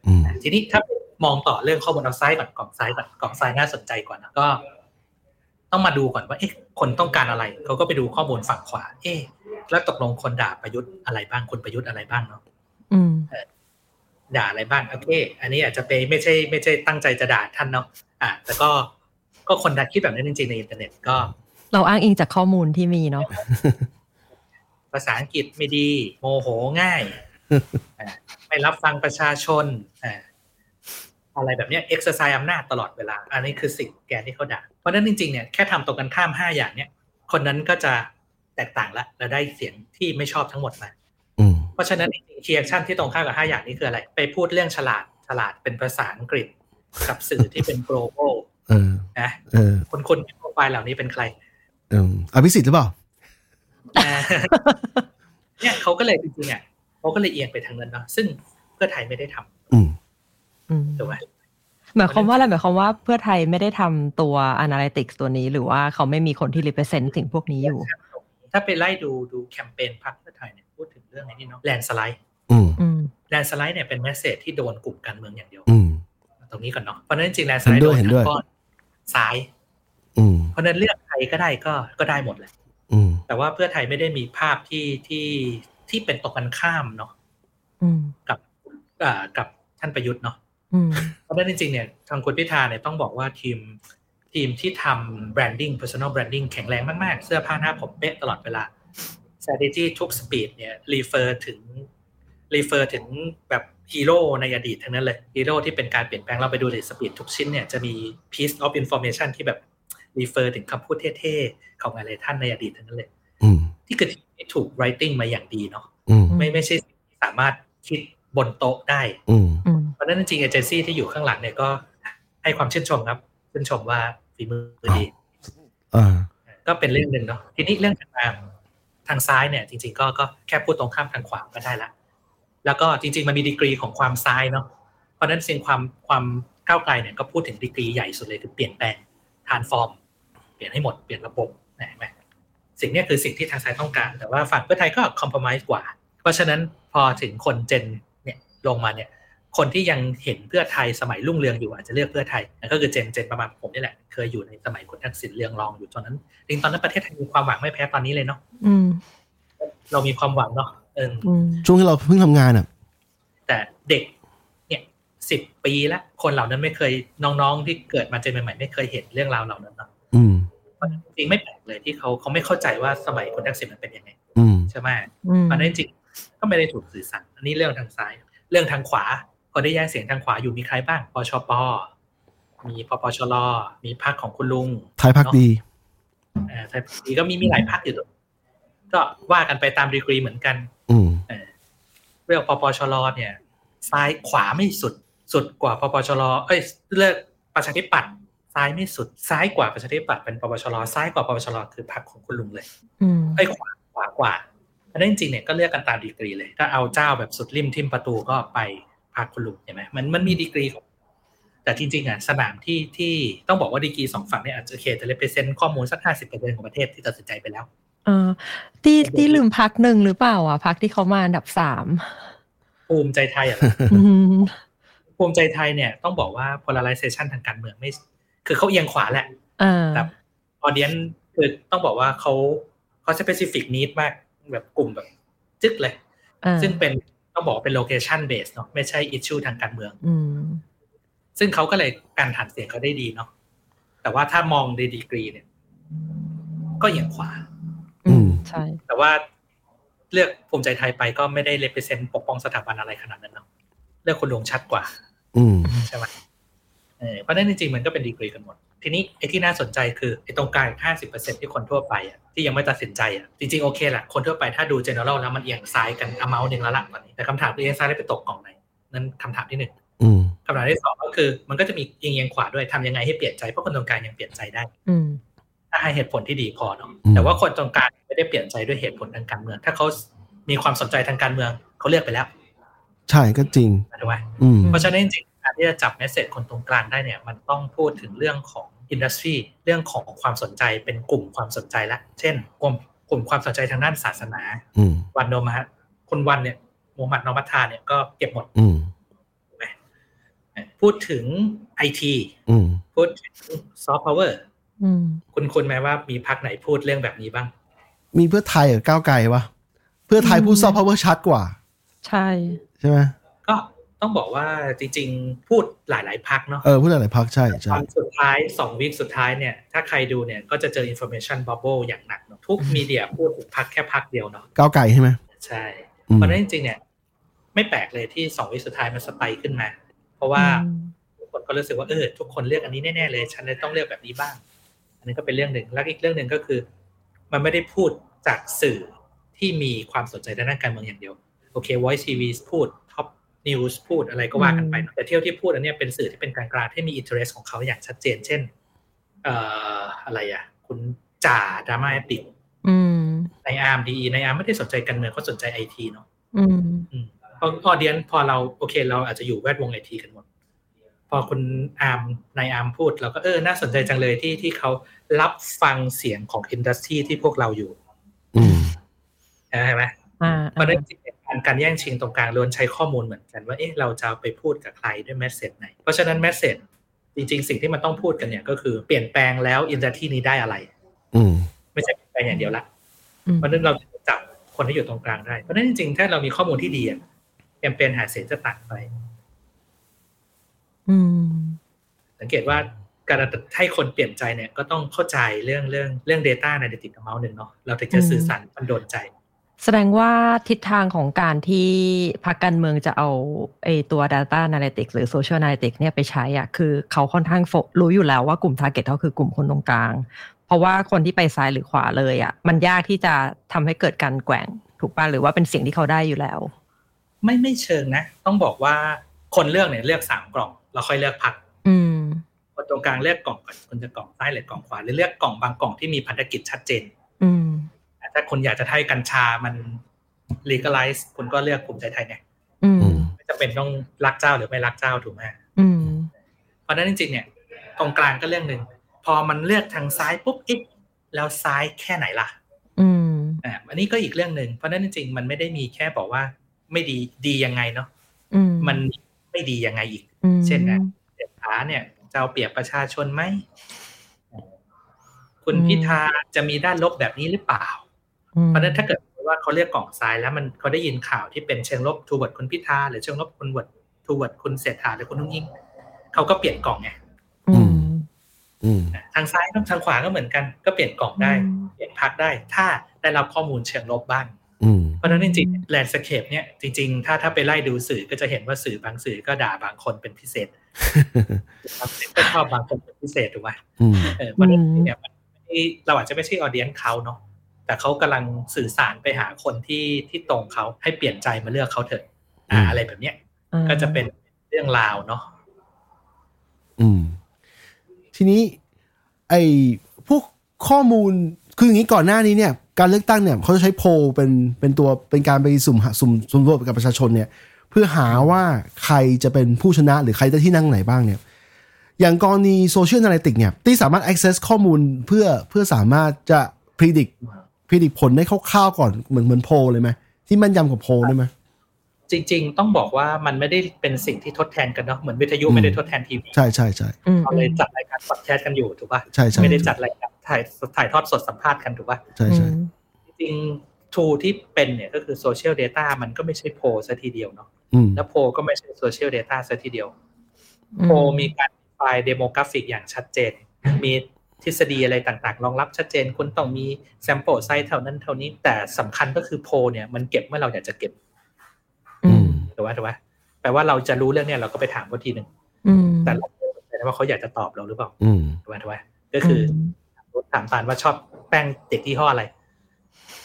Speaker 2: อืม
Speaker 3: นะทีนี้ถ้ามองต่อเรื่องข้อมูลเอาไซด์ก่อนกล่องไซด์ก่อนกล่องไซด์น่าสนใจกว่านะก็ ต้องมาดูก่อนว่าเอ๊ะคนต้องการอะไรเขาก็ไปดูข้อมูลฝั่งขวา เอ๊ะแล้วตกลงคนด่าประยุทธ์อะไรบ้างคนประยุทธ์อะไรบ้างเนาะ
Speaker 4: อืม
Speaker 3: ด่าอะไรบ้างโอเค อันนี้อาจจะเป็นไม่ใช่ไม่ใช่ตั้งใจจะด่าท่านเนาะอ่ะแต่ก็ก็คนด่าคิดแบบนั้นจริงๆในอินเทอร์เน็ตก็
Speaker 4: เราอ้างอิงจากข้อมูลที่มีเนาะ
Speaker 3: ภาษาอังกฤษไม่ดี โมโหง่าย อ่าไม่รับฟังประชาชนอ่าอะไรแบบเนี้ยเอ็กซ์ไซส์อำนาจตลอดเวลา อันนี้คือสิ่งแกนที่เขาด่า เพราะฉะนั้นจริงๆเนี่ยแค่ทำตรงกันข้ามห้าอย่างเนี่ย คนนั้นก็จะแตกต่างละและได้เสียงที่ไม่ชอบทั้งหมดมา
Speaker 2: อืม
Speaker 3: เพราะฉะนั้นจริงๆเคียร์ชั่นที่ตรงข้ามกับห้าอย่างนี้คืออะไร ไปพูดเรื่องฉลาดฉลาดเป็นภาษาอังกฤษ กับสื่อที่เป็น global
Speaker 2: เออ
Speaker 3: นะ
Speaker 2: เออ
Speaker 3: คนคนโปรไฟล์เหล่านี้เป็นใคร
Speaker 2: เอออภิสิทธิ์หรือเปล่า
Speaker 3: อ่าเนี่ย เขาก็เลยจริงๆอ่ะเขาก็เลยเอียงไปทางนั้นเนาะซึ่งเพื่อไทยไม่ได้ท
Speaker 2: อืม
Speaker 4: อืม
Speaker 3: ำถูกไหม
Speaker 4: หมายความว่าอะไรหมายความว่าเพื่อไทยไม่ได้ทำตัว analytics ตัวนี้ หรือว่าเขาไม่มีคนที่ represent สิ่งพวกนี้อยู่
Speaker 3: ถ้าไปไล่ดูดูแคมเปญพรรคเพื่อไทยเนี่ยพูดถึงเรื่องไอ้นี้เนาะแลนสไลด์
Speaker 2: อืม
Speaker 4: อืม
Speaker 3: แลนสไลด์เนี่ยเป็นแมสเซจที่โดนกลุ่มการเมืองอย่างเดียว
Speaker 2: อืม
Speaker 3: ตรงนี้ก่อนเนาะเพราะฉะนั้นจริงแลนสไลด์
Speaker 2: เห็นด้ว
Speaker 3: โด
Speaker 2: ย
Speaker 3: น
Speaker 2: เห็น
Speaker 3: ทา
Speaker 2: ด้วย
Speaker 3: งก้อนซ้าย
Speaker 2: อืม
Speaker 3: เพราะฉะนั้นเลือกใครก็ได้ก็ก็ได้หมดแหละ
Speaker 2: อืม
Speaker 3: แต่ว่าเพื่อไทยไม่ได้มีภาพที่ที่ที่เป็นตรงกันข้ามเนาะ
Speaker 4: อืม
Speaker 3: กับอ่ากับท่านประยุทธ์เนาะ
Speaker 4: อืม
Speaker 3: เพราะฉะนั้นจริงๆเนี่ยทางคุณพิธาเนี่ยต้องบอกว่าทีมทีมที่ทำแบรนดิ้ง personal branding แข็งแรงมาก ๆ เสื้อผ้าหน้าผมเป๊ะตลอดเวลา strategy ทุกสปีดเนี่ยรีเฟอร์ถึงรีเฟอร์ถึงแบบฮีโร่ในอดีตทั้งนั้นเลยฮีโร่ที่เป็นการเปลี่ยนแปลงเราไปดูเลยสปีดทุกชิ้นเนี่ยจะมี piece of information ที่แบบรีเฟอร์ถึงคำพูดเท่ๆ ของอะไรท่านในอดีตทั้งนั้นเลย
Speaker 2: อืม
Speaker 3: ที่คือที่ถูก writing มาอย่างดีเนาะ
Speaker 2: อืม
Speaker 3: ไม่ไม่ใช่สิ่งที่สามารถคิดบนโต๊ะได้
Speaker 2: อืม
Speaker 4: อืม
Speaker 3: เพราะฉะนั้นจริงๆเอเจนซี่ที่อยู่ข้างหลังเนี่ยก็ให้ความชื่นชมครับ ชื่นชมว่าฝีมือดี
Speaker 2: อ่า
Speaker 3: ก็เป็นเรื่องหนึ่งเนาะทีนี้เรื่องทางทางซ้ายเนี่ย จริง ๆ ก็ก็แค่พูดตรงข้ามทางขวาก็ได้ละแล้วก็จริง ๆ มันมีดีกรีของความซ้ายเนาะเพราะฉะนั้นสิ่งความความก้าวไกลเนี่ยก็พูดถึงดีกรีใหญ่สุดเลยคือเปลี่ยนแปลงทานฟอร์ม เปลี่ยนให้หมดเปลี่ยนระบบนะเห็นไหมสิ่งเนี้ยคือสิ่งที่ทางซ้ายต้องการ แต่ว่าฝั่งเพื่อไทยก็คอมเพลมไ์กว่า เพราะฉะนั้นพอถึงคนเจนเนี่ยลงมาเนี่ย คนที่ยังเห็นเพื่อไทยสมัยรุ่งเรืองอยู่อาจจะเลือกเพื่อไทยนั่นก็คือเจนเจนประมาณผมนี่แหละเคยอยู่ในสมัยคุณทักษิณเรืองรองอยู่ตอนนั้นจริงๆตอนนั้นประเทศไทยมีความหวังไม่แพ้ตอนนี้เลยเนาะ
Speaker 4: อืม
Speaker 3: เรามีความหวังเนาะเออ
Speaker 4: อืม
Speaker 2: ช่วงที่เราเพิ่งทำงานอ่ะ
Speaker 3: แต่เด็กเนี่ย สิบปีแล้ว คนเหล่านั้นไม่เคยน้องๆที่เกิดมาเจนใหม่ๆไม่เคยเห็นเรื่องราวเหล่านั้นเนาะ
Speaker 2: อืม
Speaker 3: เพราะฉะนั้นจริงไม่แปลกเลยที่เขาเขาไม่เข้าใจว่าสมัยคนทักษิณมันเป็นยังไง
Speaker 2: อืม
Speaker 3: ใช่ไหม
Speaker 4: อืม
Speaker 3: อันนั้นจริงก็ไม่ได้ถูกสื่อสารอันนี้เรื่องทางซ้าย เรื่องทางขวาก็ได้แย่งเสียงทางขวาอยู่มีใครบ้างปชปมีปปชรมีพรรคของคุณลุง
Speaker 2: ท้ายพักดี
Speaker 3: เอ่อไทยพักดีก็มีมีหลายพรรคอยู่ก็ว่ากันไปตามดีกรีเหมือนกัน
Speaker 2: อืม
Speaker 3: เรื่องปปชรเนี่ย ซ้ายขวาไม่สุด สุดกว่าปปชรเอ้ยเลือกประชาธิปัตย์ซ้ายไม่สุด ซ้ายกว่าประชาธิปัตย์เป็นปปชรซ้ายกว่าปปชรคือพรรคของคุณลุงเลย
Speaker 4: อืม
Speaker 3: ไอ้ยขวาขวากว่าอันนั้นจริงๆเนี่ยก็เลือกกันตามดีกรีเลย ถ้าเอาเจ้าแบบสุดริมทิมประตูก็ไปพักคุณลุงเห็นไหมมันมันมีดีกรีของแต่จริงๆอ่ะสนามที่ที่ต้องบอกว่าดีกรีสองฝั่งเนี่ยอาจจะโอเคจะเลเปเซนต์ข้อมูลสักห้าสิบเปอร์เซ็นของประเทศที่ตัดสินใจไปแล้ว
Speaker 4: เออที่ที่ลืมพักหนึ่งหรือเปล่าอ่ะพักที่เขามาอันดับ สาม
Speaker 3: ภูมิใจไทยอ่ะ
Speaker 4: อืม
Speaker 3: ภูมิใจไทยเนี่ยต้องบอกว่า polarization ทางการเมืองไม่ คือเขาเอียงขวาแหละ
Speaker 4: เออ
Speaker 3: แต่ออเดียนคือต้องบอกว่าเขาเขา specific need มากแบบกลุ่มแบบจึ๊กเลย
Speaker 4: เออ
Speaker 3: ซึ่งเป็นต้องบอกว่าเป็น location based เนาะไม่ใช่ issue ทางการเมือง
Speaker 4: อืม
Speaker 3: ซึ่งเขาก็เลยการฐานเสียงเขาได้ดีเนาะ แต่ว่าถ้ามองในดีกรีเนี่ย ก็เอียงขวา
Speaker 4: อืม
Speaker 2: อืม
Speaker 4: ใช่
Speaker 3: แต่ว่าเลือกภูมิใจไทยไปก็ไม่ได้เลเปเซนต์ปกป้องสถาบันอะไรขนาดนั้นเนาะ เลือกคุณลุงชัดกว่า
Speaker 2: อืม
Speaker 3: ใช่ไหมเออเพราะฉะนั้นจริงๆ มันก็เป็นดีกรีกันหมด ทีนี้ไอ้ที่น่าสนใจคือไอ้ตรงกลางอีก50%ที่คนทั่วไปอ่ะที่ยังไม่ตัดสินใจอ่ะจริงๆ โอเคแหละคนทั่วไปถ้าดู general แล้วมันเอียงซ้ายกัน amount หนึ่งแล้วล่ะตอนนี้แต่คำถามคือเอียงซ้ายได้ไปตกกล่องไหน นั่นคำถามที่หนึ่ง
Speaker 2: อืม
Speaker 3: คำถามที่สองก็คือ มันก็จะมีเอียงเอียงขวาด้วยทำยังไงให้เปลี่ยนใจเพราะคนตรงกลางยังเปลี่ยนใจได้
Speaker 4: อืม
Speaker 3: ถ้าให้เหตุผลที่ดีพอเนาะ
Speaker 2: อืม
Speaker 3: แต่ว่าคนตรงกลางไม่ได้เปลี่ยนใจด้วยเหตุผลทางการเมือง ถ้าเขามีความสนใจทางการเมืองเขาเลือกไปแล้ว
Speaker 2: ใช่ก็จริง
Speaker 3: ถูกไหม
Speaker 2: อืม
Speaker 3: เพราะฉะนั้นจริงๆการที่จะจับเมสเซจคนตรงกลางได้เนี่ยมันต้องพูดถึงเรื่องของอินดัสทรีเรื่องของความสนใจเป็นกลุ่มความสนใจละ เช่น กลุ่มกลุ่มความสนใจทางด้านศาสนา
Speaker 2: อืม
Speaker 3: วันโนมาคุณวันเนี่ยมูฮัมหมัดนอมัทธาเนี่ยก็เก็บหมด
Speaker 2: อืม
Speaker 3: พูดถึงไอที
Speaker 2: อืม
Speaker 3: พูดถึงซอฟต์พาวเวอร์
Speaker 4: อืม
Speaker 3: คุณคุณไหมว่ามีพักไหนพูดเรื่องแบบนี้บ้าง
Speaker 2: มีเพื่อไทยกับก้าวไกลวะเพื่อไทยพูดซอฟต์พาวเวอร์ชัดกว่า
Speaker 4: ใช่
Speaker 2: ใช่ไหม
Speaker 3: ก็ต้องบอกว่าจริงๆ พูดหลายๆพักเนาะ
Speaker 2: เออพูดหลายๆพักใช่
Speaker 3: ต
Speaker 2: ใช่
Speaker 3: อนสุดท้ายสองวีคสุดท้ายเนี่ย ถ้าใครดูเนี่ยก็จะเจอ information bubble อย่างหนักเนอะทุกมีเดียพูดถึงพักแค่พักเดียวเนาะ
Speaker 2: ก้าวไกลใช่ไหม
Speaker 3: ใช่
Speaker 2: อืม
Speaker 3: เพราะฉะนั้นจริงๆเนี่ย ไม่แปลกเลยที่สองวีคสุดท้ายมันสไปค์ขึ้นมา เพราะว่า
Speaker 4: อืม
Speaker 3: ทุกคนก็รู้สึกว่าเออทุกคนเลือกอันนี้แน่ๆเลย ฉันเลยต้องเลือกแบบนี้บ้าง อันนี้ก็เป็นเรื่องหนึ่งแล้วอีกเรื่องหนึ่งก็คือ มันไม่ได้พูดจากสื่อที่มีความสนใจด้านการเมืองอย่างเดียวโอเค Voice TV พูด Top News พูดอะไรก็ว่ากันไปเนอะแต่เที่ยวที่พูดอันเนี้ยเป็นสื่อที่เป็นกลางๆที่มีอินเทอร์เของเขาอย่างชัดเจน เช่น เอ่ออะไรอ่ะ คุณจ่าดราม่าแอดดิก
Speaker 4: อืม
Speaker 3: ในอาร์มดีในอาร์มไม่ได้สนใจการเมืองเขาสนใจไอทีเนาะ
Speaker 4: อืม
Speaker 3: อืมพอพอเดียนพอเราโอเค เราอาจจะอยู่แวดวงไอทีกันหมด พอคุณอาร์มนายอาร์มพูดเราก็เออน่าสนใจจังเลยที่ที่เขารับฟังเสียงของอินดัสทรีที่พวกเราอยู่
Speaker 2: อืม
Speaker 3: เห็นไหม
Speaker 4: อ่า
Speaker 3: เพราะฉะนั้นจริงๆการการแย่งชิงตรงกลางล้วนใช้ข้อมูลเหมือนกันว่าเอ๊ะเราจะไปพูดกับใครด้วยแมสเซจไหน เพราะฉะนั้นแมสเซจจริงๆ สิ่งที่มันต้องพูดกันเนี่ยก็คือเปลี่ยนแปลงแล้วอินดัสที่นี้ได้อะไร
Speaker 2: อืม
Speaker 3: ไม่ใช่เปลี่ยนแปลงอย่างเดียวละ
Speaker 4: อืม
Speaker 3: เพราะฉะนั้นเราจะจับคนที่อยู่ตรงกลางได้เพราะฉะนั้นจริงๆถ้าเรามีข้อมูลที่ดีอะแคมเปญหาเสียงจะต่างไป
Speaker 4: อืม
Speaker 3: สังเกตว่าการให้คนเปลี่ยนใจเนี่ยก็ต้องเข้าใจเรื่องเรื่องเรื่อง Data Analytics กับเมาส์หนึ่งเนาะเราถึงจะสื่อสารมันโดนใจ
Speaker 4: แสดงว่าทิศทางของการที่พรรคการเมืองจะเอาไอตัว Data Analytics หรือ Social Analytics เนี่ยไปใช้อะคือเขาค่อนข้างโฟรู้อยู่แล้วว่ากลุ่ม Target เขาคือกลุ่มคนตรงกลาง เพราะว่าคนที่ไปซ้ายหรือขวาเลยอะมันยากที่จะทำให้เกิดการแกว่งถูกป่ะหรือว่าเป็นเสียงที่เขาได้อยู่แล้ว
Speaker 3: ไม่ไม่เชิงนะ ต้องบอกว่าคนเลือกเนี่ยเลือกสามกล่องแล้วค่อยเลือกพัก
Speaker 4: อืม
Speaker 3: คนตรงกลางเลือกกล่องก่อนคุณจะกล่องซ้ายหรือกล่องขวาหรือเลือกกล่องบางกล่องที่มีพันธกิจชัดเจน
Speaker 4: อืม
Speaker 3: ถ้าคุณอยากจะให้กัญชามัน legalize คุณก็เลือกภูมิใจไทยไง
Speaker 4: อืม
Speaker 2: อืม
Speaker 3: ไม่จำเป็นต้องรักเจ้าหรือไม่รักเจ้าถูกไหม
Speaker 4: อืม
Speaker 3: เพราะฉะนั้นจริงๆเนี่ยตรงกลางก็เรื่องหนึ่งพอมันเลือกทางซ้ายปุ๊บอีกแล้วซ้ายแค่ไหนล่ะ
Speaker 4: อืม
Speaker 3: อ่าอันนี้ก็อีกเรื่องหนึ่งเพราะฉะนั้นจริงๆมันไม่ได้มีแค่บอกว่าไม่ดีดียังไงเนาะ
Speaker 4: อืม
Speaker 3: มันไม่ดียังไงอีก
Speaker 4: อืม
Speaker 3: เช่นนะ เศรษฐาเนี่ยจะเอาเปรียบประชาชนไหม คุณพิธาจะมีด้านลบแบบนี้หรือเปล่า
Speaker 4: อืม
Speaker 3: เพราะฉะนั้นถ้าเกิดว่าเขาเรียกกล่องซ้ายแล้วมันเขาได้ยินข่าวที่เป็นเชิงลบทูบทคุณพิธาหรือเชิงลบคุณบท toward คุณเศรษฐาหรือคุณนุ้งยิ่งเขาก็เปลี่ยนกล่องไง
Speaker 4: อืม
Speaker 2: อืม
Speaker 3: ทางซ้ายกับทางขวาก็เหมือนกัน ก็เปลี่ยนกล่องได้ เปลี่ยนพักได้ ถ้าได้รับข้อมูลเชิงลบบ้าง
Speaker 2: อืม
Speaker 3: เพราะฉะนั้นจริงๆแลนด์สเคปเนี่ยจริงๆ ถ้าถ้าไปไล่ดูสื่อก็จะเห็นว่าสื่อบางสื่อก็ด่าบางคนเป็นพิเศษบางสื่อก็ชอบบางคนเป็นพิเศษถูกไหม
Speaker 2: อืม
Speaker 3: เออเพราะฉะนั้นเนี่ยมันไม่ได้เราอาจจะไม่ใช่ออเดียนเขาเนาะแต่เขากำลังสื่อสารไปหาคนที่ที่ตรงเขาให้เปลี่ยนใจมาเลือกเขาเถอะอ่า
Speaker 2: อืม
Speaker 3: อะไรแบบเนี้ย
Speaker 4: อืม
Speaker 3: ก็จะเป็นเรื่องราวเนาะ
Speaker 2: อืม ทีนี้ ไอพวกข้อมูลคืออย่างนี้ก่อนหน้านี้เนี่ย การเลือกตั้งเนี่ยเขาจะใช้โพลเป็นเป็นตัวเป็นการไปสุ่มหาสุ่มสุ่มรวจกับประชาชนเนี่ย เพื่อหาว่าใครจะเป็นผู้ชนะหรือใครได้ที่นั่งไหนบ้างเนี่ย อย่างกรณีโซเชียล a อ a l y ติกเนี่ยที่สามารถ access ข้อมูลเพื่อเพื่อสามารถจะ predict predict ผลได้คร่าวๆก่อนเหมือนเหมือนโพลเลยไหมที่แมันยำกว่าโพลได้ไหม
Speaker 3: จริง ๆ ต้องบอกว่ามันไม่ได้เป็นสิ่งที่ทดแทนกันเนาะเหมือนวิทยุ
Speaker 2: อืม
Speaker 3: ไม่ได้ทดแทนทีวี
Speaker 2: ใช่ใช่ใช่
Speaker 4: อืม
Speaker 3: เราเลยจัดรายการพอดแคสต์กันอยู่ถูกป่ะ
Speaker 2: ใช่ใช่
Speaker 3: ไม่ได้จัดรายการถ่ายถ่ายทอดสดสัมภาษณ์กันถูกป่ะ
Speaker 2: ใช่ใช่
Speaker 3: จริงๆ tool ที่เป็นเนี่ยก็คือโซเชียล Data มันก็ไม่ใช่โพลซะทีเดียวเนาะ
Speaker 2: อืม
Speaker 3: แล้วโพลก็ไม่ใช่โซเชียล Data ซะทีเดียว
Speaker 4: อื
Speaker 3: โพลมีการไฟล์เดโมกราฟิกอย่างชัดเจน มีทฤษฎีอะไรต่างๆ รองรับชัดเจน คุณต้องมีแซมเปิลไซส์เท่านั้นเท่านี้ แต่สำคัญก็คือโพลเนี่ยมันเก็บเมื่อเราอยากจะเก็บ
Speaker 4: อื
Speaker 2: อื
Speaker 4: ม
Speaker 2: ม
Speaker 3: ถูกไหมถูกไหมแปลว่าเราจะรู้เรื่องเนี่ยเราก็ไปถามเขาทีหนึ่ง
Speaker 4: อืม
Speaker 3: แต่เราไม่รู้เลยนะว่าเขาอยากจะตอบเราหรือเปล่า
Speaker 2: อืม
Speaker 3: ถูกไหมถูกไหมก็คืออ ถามตาลว่าชอบแป้งเด็กยี่ห้ออะไร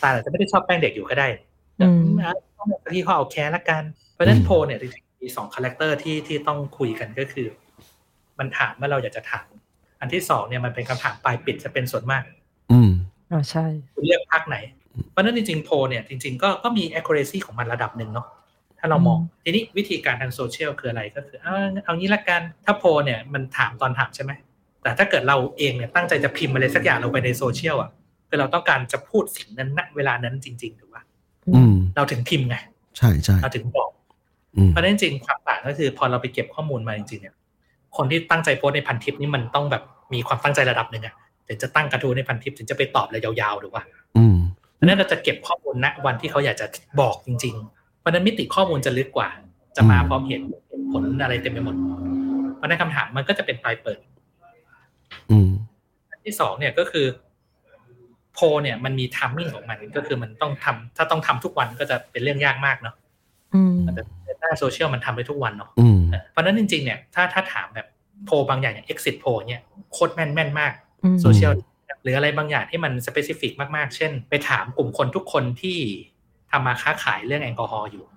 Speaker 3: ตาลอาจจะไม่ได้ชอบแป้งเด็กอยู่ก็ได้แต่อืมอ่ะต้องแบบยี่ห้อเอาแค่ละกัน เพราะฉะนั้น
Speaker 2: อืม
Speaker 3: โพลเนี่ยจริงๆมีสองคาแรคเตอร์ที่ที่ต้องคุยกันก็คือ มันถามว่าเราอยากจะถาม อันที่สองเนี่ยมันเป็นคำถามปลายปิดจะเป็นส่วนมาก
Speaker 2: อืม
Speaker 4: อ๋อใช่
Speaker 3: คุณเลือกพักไหน เพราะฉะนั้นจริงๆโพลเนี่ยจริงๆก็ก็มี accuracy ของมันระดับหนึ่งเนาะถ้าเรามอง
Speaker 4: อืม
Speaker 3: ทีนี้วิธีการทางโซเชียลคืออะไรก็คือเอาเอางี้ละกันถ้าโพลเนี่ยมันถามตอนถามใช่ไหม แต่ถ้าเกิดเราเองเนี่ยตั้งใจจะพิมพ์อะไรสักอย่างลงไปในโซเชียลอ่ะคือเราต้องการจะพูดสิ่งนั้นณเวลานั้นจริงๆถูกป่ะ
Speaker 2: อืม
Speaker 3: เราถึงพิมพ์ไง
Speaker 2: ใช่ใช่
Speaker 3: เราถึงบอก
Speaker 2: อืม
Speaker 3: เพราะฉะนั้นจริงๆความต่างก็คือพอเราไปเก็บข้อมูลมาจริงๆเนี่ย คนที่ตั้งใจโพสต์ในพันทิปนี่มันต้องแบบมีความตั้งใจระดับหนึ่งอะถึงจะตั้งกระทู้ในพันทิปถึงจะไปตอบเลยยาวๆถูกป่ะ
Speaker 2: อืม
Speaker 3: เพราะฉะนั้นเราจะเก็บข้อมูลณวันที่เขาอยากจะบอกจริงๆ เพราะฉะนั้นมิติข้อมูลจะลึกกว่า จะมา
Speaker 2: อืม
Speaker 3: พร้อมเหตุผลอะไรเต็มไปหมด เพราะฉะนั้นคำถามมันก็จะเป็นปลายเปิด
Speaker 2: อืม
Speaker 3: อันที่สองเนี่ยก็คือโพลเนี่ยมันมีทัมมิ่งของมันก็คือมันต้องทำถ้าต้องทำทุกวันก็จะเป็นเรื่องยากมากเนาะ
Speaker 4: อืม
Speaker 3: แต่หน้าโซเชียลมันทำได้ทุกวันเนาะ
Speaker 2: อืม
Speaker 3: เออเพราะฉะนั้นจริงๆเนี่ยถ้าถ้าถามแบบโพลบางอย่างอย่าง exit poll เนี่ยโคตรแม่นแม่นๆมาก
Speaker 4: อืม
Speaker 3: โซเชียลหรืออะไรบางอย่างที่มันสเปซิฟิกมากๆ เช่น ไปถามกลุ่มคนทุกคนที่ทำมาค้าขายเรื่องแอลกอฮอล์อยู่อ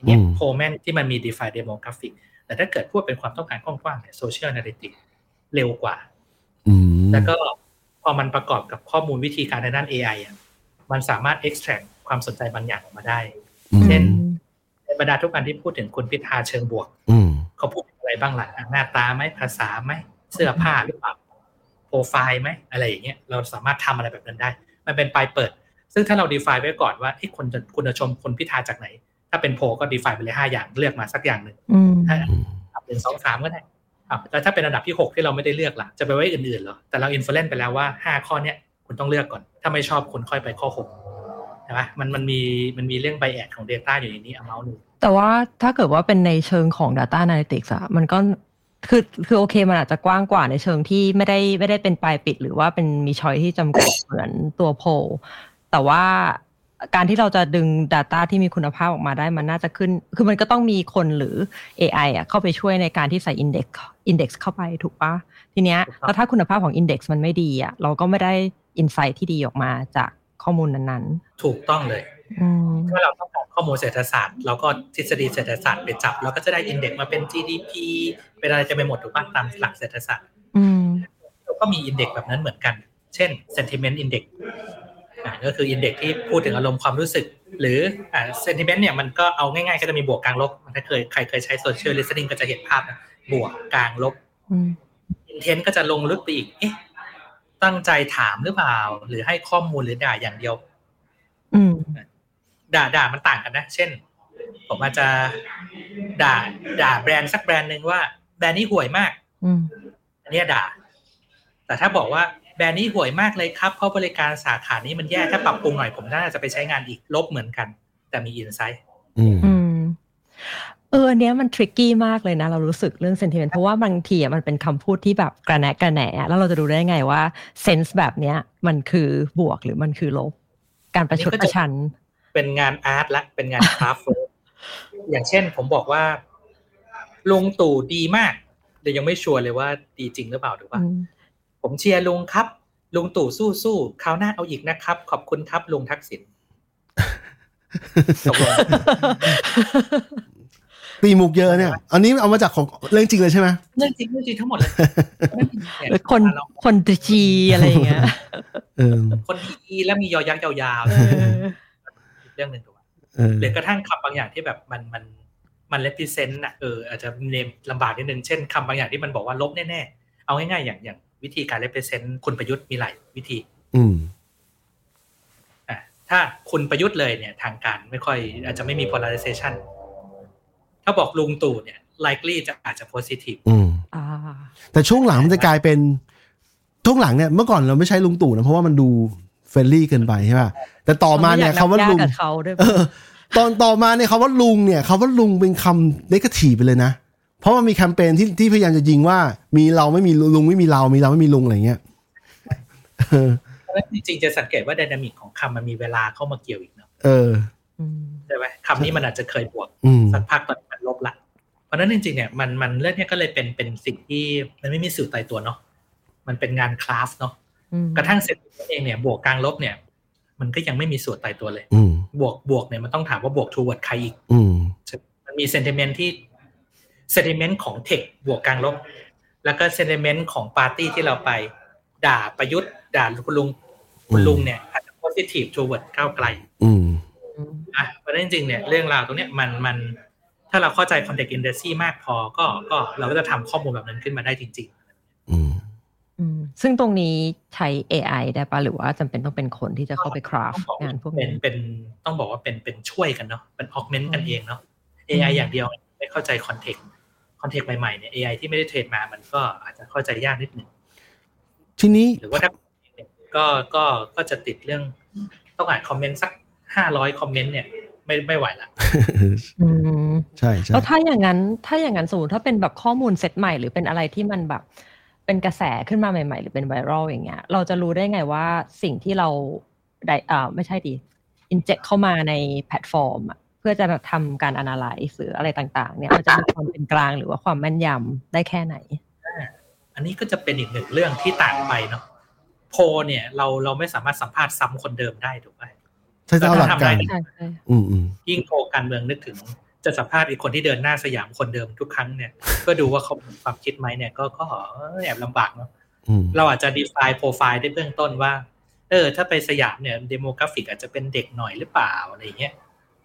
Speaker 3: ย่างเนี่ย
Speaker 2: อืม
Speaker 3: โพแมนที่มันมี defined demographic แต่ถ้าเกิดพูดเป็นความต้องการกว้างๆเนี่ยโซเชียล a อ a l y t i c เร็วกว่า
Speaker 2: อืม
Speaker 3: แล้วก็พอมันประกอบกับข้อมูลวิธีการในด้าน AI อ่ะมันสามารถ extract ความสนใจบางอย่างออกมาได้ เช่น ในบรรดาทุกอันที่พูดถึงคุณพิธาเชิงบวก
Speaker 2: อืม
Speaker 3: เขาพูดอะไรบ้างหลังหน้าตาไหมภาษาไหมเสื้อผ้าหรือเปล่าโปรไฟล์ไหมอะไรอย่างเงี้ยเราสามารถทำอะไรแบบนั้นได้ มันเป็นปลายเปิด ซึ่งถ้าเราดีไฟไว้ก่อนว่าเอ้คนจะคุณจะชมคุณพิธาจากไหน ถ้าเป็นโพลก็ดีไฟไปเลยห้าอย่างเลือกมาสักอย่างหนึ่ง
Speaker 4: อืม
Speaker 3: ถ้าอันหนึ่งสองสามก็ได้อ่ะแล้วถ้าเป็นอันดับที่หกที่เราไม่ได้เลือกล่ะจะไปไว้อื่นๆเหรอแต่เราอินฟลูเอนไปแล้วว่าห้าข้อเนี้ยคุณต้องเลือกก่อน ถ้าไม่ชอบคุณค่อยไปข้อหกใช่ไหมมันมันมีมันมีเรื่องไบแอดของ Data อยู่ในนี้เอาเมาส์หนึ่ง
Speaker 4: แต่ว่าถ้าเกิดว่าเป็นในเชิงของ Data Analytics อะมันก็คือคือโอเคมันอาจจะกว้างกว่าในเชิงที่ไม่ได้ไม่ได้เป็นปลายปิด หรือว่าเป็นมีช้อยที่จำกัดเหมือนตัวโพลแต่ว่าการที่เราจะดึง Data ที่มีคุณภาพออกมาได้มันน่าจะขึ้น คือมันก็ต้องมีคนหรือ AI อะเข้าไปช่วยในการที่ใส่ Index Index เข้าไปถูกปะ ทีเนี้ย
Speaker 3: ถูกต้อง
Speaker 4: แล้วถ้าคุณภาพของ Index มันไม่ดีอะเราก็ไม่ได้ Insight ที่ดีออกมาจากข้อมูลนั้น
Speaker 3: ถูกต้องเลย
Speaker 4: ๆอืม
Speaker 3: ถ้าเราต้องการข้อมูลเศรษฐศาสตร์เราก็ทฤษฎีเศรษฐศาสตร์ไปจับเราก็จะได้อินเด็กซ์มาเป็น GDP เป็นอะไรจะไปหมดถูกป่ะตามหลักเศรษฐศาสตร์
Speaker 4: อืม
Speaker 3: เราก็มีอินเด็กซ์แบบนั้นเหมือนกัน เช่น sentiment index อ่าก็คืออินเด็กซ์ที่พูดถึงอารมณ์ความรู้สึก หรืออ่า sentiment เนี่ยมันก็เอาง่ายๆ ก็จะมีบวกกลางลบถ้าเคยใครเคยใช้ social listening ก็จะเห็นภาพนะบวกกลางลบ
Speaker 4: อืม
Speaker 3: อินเทนต์ก็จะลงลึกไปอีก เอ๊ะ ตั้งใจถามหรือเปล่า หรือให้ข้อมูลหรือด่าอย่างเดียว
Speaker 4: อืม
Speaker 3: ด่าด่ามันต่างกันนะ เช่น ผมอาจจะด่าด่าแบรนด์สักแบรนด์หนึ่งว่าแบรนด์นี้ห่วยมาก
Speaker 4: อืม
Speaker 3: อันเนี้ยด่า แต่ถ้าบอกว่าแบรนด์นี้ห่วยมากเลยครับ เพราะบริการสาขานี้มันแย่ ถ้าปรับปรุงหน่อยผมน่าจะไปใช้งานอีกลบเหมือนกัน แต่มีอินไซต์
Speaker 2: อืม
Speaker 4: อืม เอ เอออันเนี้ยมันทริกกี้มากเลยนะ เรารู้สึกเรื่อง sentiment เพราะว่าบางทีอะมันเป็นคำพูดที่แบบกระแนะกระแหนแล้วเราจะดูได้ไงว่าเซนส์แบบเนี้ยมันคือบวกหรือมันคือลบ การประชดประชัน
Speaker 3: เป็นงานอาร์ตละเป็นงานคราฟต์ อย่างเช่นผมบอกว่าลุงตู่ดีมาก แต่ยังไม่ชัวร์เลยว่าดีจริงหรือเปล่าหรือว่า
Speaker 4: อืม
Speaker 3: ผมเชียร์ลุงครับ ลุงตู่สู้สู้ๆคราวหน้าเอาอีกนะครับ ขอบคุณครับลุงทักษิณตกลง
Speaker 2: ตีมุกเยอะเนี่ย อันนี้เอามาจากของเรื่องจริงเลยใช่ไหม
Speaker 3: เรื่องจริงเรื่องจริงทั้งหมด เลย
Speaker 4: หรือคนคนจีอะไรอย่างเงี้ย
Speaker 2: เออ
Speaker 3: คนดีแล้วมียอยักษ์ยาว
Speaker 4: เออ
Speaker 3: ๆเรื่องหนึ่งถูกไหม
Speaker 2: เออ
Speaker 3: หรือกระทั่งคำบางอย่างที่แบบมันมันมันเลพิเซนต์นะเอออาจจะเนมลำบากนิดนึงเช่นคำบางอย่างที่มันบอกว่าลบแน่ๆ เอาง่ายๆอย่างอย่างวิธีการเลพิเซนต์คุณประยุทธ์มีหลายวิธี
Speaker 2: อืม
Speaker 3: อ่ะถ้าคุณประยุทธ์เลยเนี่ยทางการไม่ค่อยอาจจะไม่มี polarization ถ้าบอกลุงตู่เนี่ย likely จะอาจจะ positive
Speaker 2: อืม
Speaker 4: อ่า
Speaker 2: แต่ช่วงหลังมันจะกลายเป็นช่วงหลังเนี่ยเมื่อก่อนเราไม่ใช้ลุงตู่นะเพราะว่ามันดูเฟรนลี่เกินไปใช่ป่ะแต่ต่อมาเนี่ยคำว่าลุง
Speaker 4: เรไม่อยกนับญติกับเขาด้วย
Speaker 2: เออ ตอนต่อมาเนี่ยคำว่าลุงเนี่ยคำว่าลุงเป็นคำเนกาทีฟไปเลยนะ เพราะมันมีแคมเปญที่ที่พยายามจะยิงว่า มีเราไม่มีลุงไม่มีเรา มีเราไม่มีลุงอะไรเงี้ยเออ
Speaker 3: เพราะฉะนั้นจริงๆจะสังเกตว่าดนามิกของคำมันมีเวลาเข้ามาเกี่ยวอีกเนอะ
Speaker 2: เออ
Speaker 4: อืม
Speaker 3: ใช่ไหมคำนี้มันอาจจะเคยบวก
Speaker 2: อืม
Speaker 3: สักพักตอนมันลบละ เพราะฉะนั้นจริงๆเนี่ยมันมันเรื่องเนี้ยก็เลยเป็นเป็นสิ่งที่มันไม่มีสื่อตายตัวเนาะมันเป็นงานคลาสเนาะ
Speaker 4: อืม
Speaker 3: กระทั่งเสร็จเองเนี่ยบวกกลางลบเนี่ย มันก็ยังไม่มีส่วนตายตัวเลย
Speaker 2: อืม
Speaker 3: บวกบวกเนี่ยมันต้องถามว่าบวกทูว a r d ใครอีก
Speaker 2: อืม
Speaker 3: มันมีเซนติเมนต์ที่เซนติเมนต์ของเทคบวกกลางลบ แล้วก็เซนติเมนต์ของปาร์ตี้ที่เราไป ด่าประยุทธ์ ด่าคุณลุงคุณลุงเนี่ยอาจจะ positive toward ก้าวไกล
Speaker 2: อืม
Speaker 4: อืม
Speaker 3: อ่ะเพราะฉะนั้นจริงๆเนี่ยเรื่องราวตรงเนี้ยมันมันถ้าเราเข้าใจ context industry มากพอก็ก็เราก็จะทำข้อมูลแบบนั้นขึ้นมาได้จริง
Speaker 2: อืม
Speaker 4: อืมซึ่งตรงนี้ใช้ AI ได้ปะหรือว่าจำเป็นต้องเป็นคนที่จะเข้าไปครา
Speaker 3: ๆ
Speaker 4: ฟ
Speaker 3: ต้องบอก
Speaker 4: งานพวก
Speaker 3: เป็น
Speaker 4: นี้
Speaker 3: เป็นต้องบอกว่าเป็นเป็นช่วยกันเนาะเป็น augment กันเองเนาะ AI อย่างเดียวไม่เข้าใจ context context ใหม่ๆเนี่ย AI ที่ไม่ได้เทรนมามันก็อาจจะเข้าใจยากนิดหนึ่ง
Speaker 2: ทีนี้
Speaker 3: หรือว่าถ้าก็ก็ก็จะติดเรื่องต้องอ่านคอมเมนต์สักห้าร้อยคอมเมนต์เนี่ยไม่ไม่ไหวละ
Speaker 4: อืม
Speaker 2: ใช่ใช่
Speaker 4: แล้วถ้าอย่างนั้นถ้าอย่างนั้นสมมติถ้าเป็นแบบข้อมูลเซตใหม่หรือเป็นอะไรที่มันแบบ เป็นกระแสขึ้นมาใหม่ ๆ หรือเป็นไวรัลอย่างเงี้ย เราจะรู้ได้ไงว่าสิ่งที่เราได้เอ่อไม่ใช่ดีอินเจ t เข้ามาในแพลตฟอร์มอะเพื่อจะทำการ analyze หรืออะไรต่าง ๆ เนี่ยมันจะมีความเป็นกลางหรือว่าความแม่นยำได้แค่ไหน
Speaker 3: อันนี้ก็จะเป็นอีกหนึ่งเรื่องที่ต่างไปเนาะโพลเนี่ยเราเราไม่สามารถสัมภาษณ์ซ้ำคนเดิมได้ถูกไหม
Speaker 2: ใช่ตามหลักการ
Speaker 4: ใช่ใช่
Speaker 2: อืมอืม
Speaker 3: ยิ่งโพลการเมืองนึกถึง จะสัมภาษณ์อีกคนที่เดินหน้าสยามคนเดิมทุกครั้งเนี่ย เพื่อดูว่าเขามีความคิดไหมเนี่ยก็ก็แอบลำบากเนาะ
Speaker 2: อืม
Speaker 3: เราอาจจะดีไซน์โปรไฟล์ได้เบื้องต้นว่า เออ ถ้าไปสยามเนี่ยเดโมกราฟิกอาจจะเป็นเด็กหน่อยหรือเปล่าอะไรอย่างเงี้ย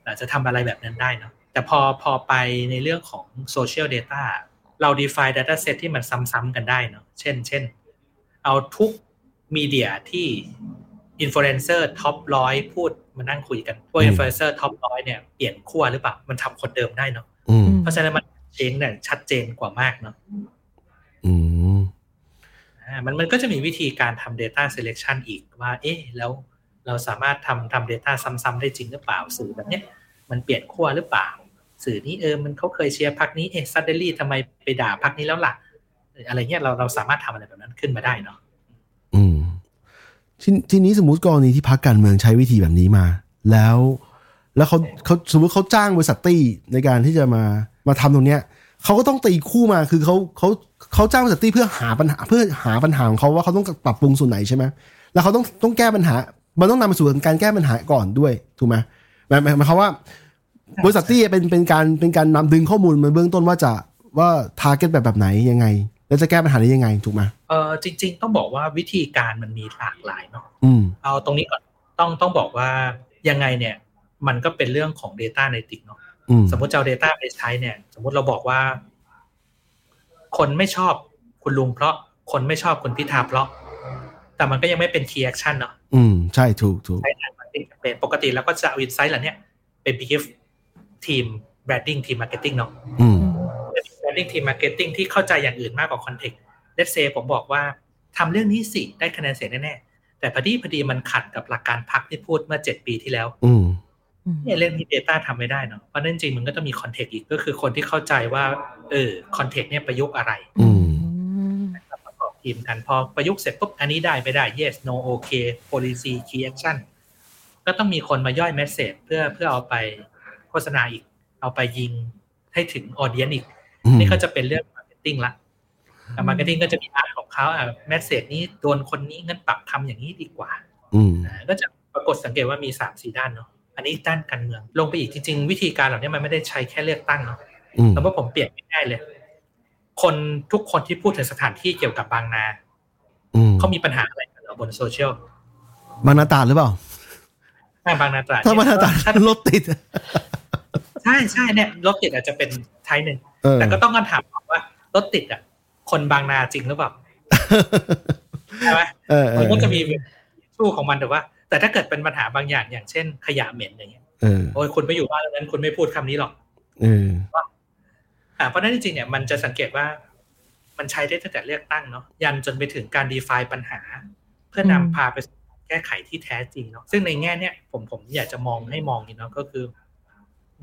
Speaker 3: อาจจะทำอะไรแบบนั้นได้เนาะแต่พอพอไปในเรื่องของโซเชียล Data เรา define data set ที่มันซ้ำๆกันได้เนาะเช่น เช่น เอาทุกมีเดียที่อินฟลูเอนเซอร์ท็อปร้อยพูดมานั่งคุยกันพวก
Speaker 2: อืม
Speaker 3: อินฟลูเอนเซอร์ท็อปร้อยเนี่ยเปลี่ยนขั้วหรือเปล่า มันทำคนเดิมได้เนาะ
Speaker 2: อืม
Speaker 3: เพราะฉะนั้นมันเองเนี่ยชัดเจนกว่ามากเนาะ
Speaker 2: อืม
Speaker 3: อ่ามันมันก็จะมีวิธีการทำ Data Selection อีกว่า เอ๊ะแล้วเราสามารถทำทำ Data ซ้ำๆได้จริงหรือเปล่าสื่อแบบเนี้ยมันเปลี่ยนขั้วหรือเปล่า สื่อนี้เออมันเขาเคยเชียร์พักนี้เอ๊ะซัดเดลี่ทำไมไปด่าพักนี้แล้วล่ะเอออะไรเงี้ยเราเราสามารถทำอะไรแบบนั้นขึ้นมาได้เนาะ
Speaker 2: อืมทีทีนี้สมมติกรณีที่พักการเมืองใช้วิธีแบบนี้มา แล้ว แล้วเขาเขาสมมติเขาจ้างบริษัทตี้ในการที่จะมามาทำตรงเนี้ยเขาก็ต้องตีคู่มาคือเขาเขาเขาจ้างบริษัทตี้เพื่อหาปัญหาเพื่อหาปัญหาของเขาว่าเขาต้องปรับปรุงส่วนไหนใช่ไหมแล้วเขาต้องต้องแก้ปัญหา มันต้องนำไปสู่การแก้ปัญหาก่อนด้วยถูกไหมหมายหมายหมายความว่า บริษัทที่เป็นเป็นการเป็นการนำดึงข้อมูลมาเบื้องต้นว่าจะว่าทาร์เก็ตแบบแบบไหนยังไง แล้วจะแก้ปัญหาได้ยังไงถูกไหม
Speaker 3: เออจริงๆ ต้องบอกว่าวิธีการมันมีหลากหลายเนาะ
Speaker 2: อืม
Speaker 3: เอาตรงนี้ก่อนต้องต้องบอกว่ายังไงเนี่ย มันก็เป็นเรื่องของ Data ในติกเนาะ
Speaker 2: อืม
Speaker 3: สมมติจะเอา Data ไปใช้เนี่ย สมมติเราบอกว่า คนไม่ชอบคุณลุงเพราะคนไม่ชอบคุณพิธาเพราะ แต่มันก็ยังไม่เป็น key action เนาะ
Speaker 2: อืม ใช่ถูกถูก
Speaker 3: ใช้ทางมาร์เก็ตเป็นปกติแล้วก็จะเอา insight เหล่าเนี้ยเป็น brief ทีม branding ทีม marketing เนาะ
Speaker 2: อืม
Speaker 4: อืม
Speaker 3: branding ทีม marketing ที่เข้าใจอย่างอื่นมากกว่าคอนเทกต์เลสเซผมบอกว่าทำเรื่องนี้สิได้คะแนนเสียงแน่ๆแต่พอดีพอดีมันขัดกับหลักการพักที่พูดเมื่อ 7 ปีที่แล้ว
Speaker 2: อืม
Speaker 4: อืม
Speaker 3: เนี่ยเรื่องที่ Data ทำไม่ได้เนาะเพราะนั่นจริงมันก็ต้องมีคอนเทกต์อีกก็คือคนที่เข้าใจว่าเออคอนเทกต์เนี่ยประยุกต์อะไร
Speaker 2: อืม
Speaker 3: ประกอบทีมกันพอประยุกต์เสร็จปุ๊บอันนี้ได้ไม่ได้ yes no okay policy key action ก็ต้องมีคนมาย่อยเมสเซจเพื่อเพื่อเอาไปโฆษณาอีก เอาไปยิงให้ถึงออเดียนอีก
Speaker 2: อืม
Speaker 3: นี่ก็จะเป็นเรื่องมาร์เก็ตติ้งละแต่มาร์เก็ตติ้งก็จะมีอาร์ตของเขาอ่ะแมสเซจนี้โดนคนนี้งั้นปรับทำอย่างนี้ดีกว่า
Speaker 2: อืม
Speaker 3: อ่า ก็จะปรากฏสังเกตว่ามีสามสี่ด้านเนาะ อันนี้ด้านการเมือง ลงไปอีกจริงๆ วิธีการเหล่านี้มันไม่ได้ใช้แค่เลือกตั้งเนาะ
Speaker 2: อืม
Speaker 3: แต่ว่าผมเปลี่ยนง่ายๆเลย คนทุกคนที่พูดถึงสถานที่เกี่ยวกับบางนา
Speaker 2: อืม
Speaker 3: เขามีปัญหาอะไรกันเหรอบนโซเชียล
Speaker 2: บางนาตราดหรือเปล่า
Speaker 3: หน้าบางนาตราด
Speaker 2: ถ้าบางนาตราด
Speaker 3: ใช่
Speaker 2: รถติด
Speaker 3: ใช่ใช่เนี่ยรถติดอาจจะเป็นไทยหนึ่ง
Speaker 2: เออ
Speaker 3: แต่ก็ต้องคำถามว่ารถติดอ่ะ คนบางนาจริงหรือเปล่าใช่ไหม
Speaker 2: เออเอ
Speaker 3: มัน
Speaker 2: อ
Speaker 3: ก็จะมีสู้ของมันแต่ว่า แต่ถ้าเกิดเป็นปัญหาบางอย่างอย่างเช่น ขยะเหม็นอย่างเงี้ย
Speaker 2: เออ
Speaker 3: โอ้ยคุณไปอยู่บ้านนั้นคุณไม่พูดคำนี้หรอก
Speaker 2: เออ
Speaker 3: อ่าเพราะฉะนั้นจริงๆเนี่ยมันจะสังเกตว่า มันใช้ได้ตั้งแต่เลือกตั้งเนาะยันจนไปถึงการ define ปัญหา เพื่อนำ
Speaker 4: อืม
Speaker 3: พาไปสู่การแก้ไขที่แท้จริงเนาะซึ่งในแง่เนี่ยผมผมอยากจะมองให้มองอย่างนี้เนาะก็คือ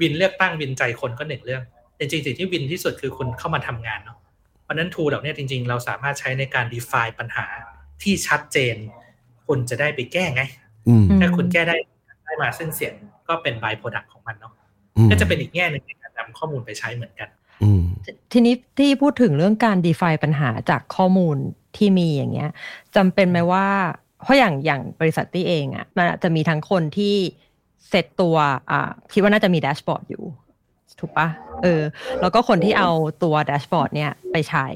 Speaker 3: วินเลือกตั้งวินใจคนก็หนึ่งเรื่องแต่จริงๆสิ่งที่วินที่สุดคือคุณเข้ามาทำงานเนาะเพราะฉะนั้นทูเหล่าเนี้จริง ๆ เราสามารถใช้ในการ define ปัญหาที่ชัดเจน คุณจะได้ไปแก้ไง
Speaker 2: อืม
Speaker 3: ถ้าคุณแก้ได้ได้มาซึ่งเสียงก็เป็นบ y p โปรดักของมันเนาะ
Speaker 2: อืม
Speaker 3: ก็จะเป็นอีกแง่หนึ่งในการนำข้อมูลไปใช้เหมือนกัน
Speaker 2: อืม
Speaker 4: ทีนี้ที่พูดถึงเรื่องการ define ปัญหาจากข้อมูลที่มีอย่างเงี้ยจำเป็นไหมว่าเพราะอย่างอย่างบริษัทที่เองอะ่ะมันอาจจะมีทั้งคนที่เซตตัวอ่าคิดว่าน่าจะมีแดชบอร์ดอยู่ ถูกปะเออ แล้วก็คนที่เอาตัวแดชบอร์ดเนี่ยไปใช้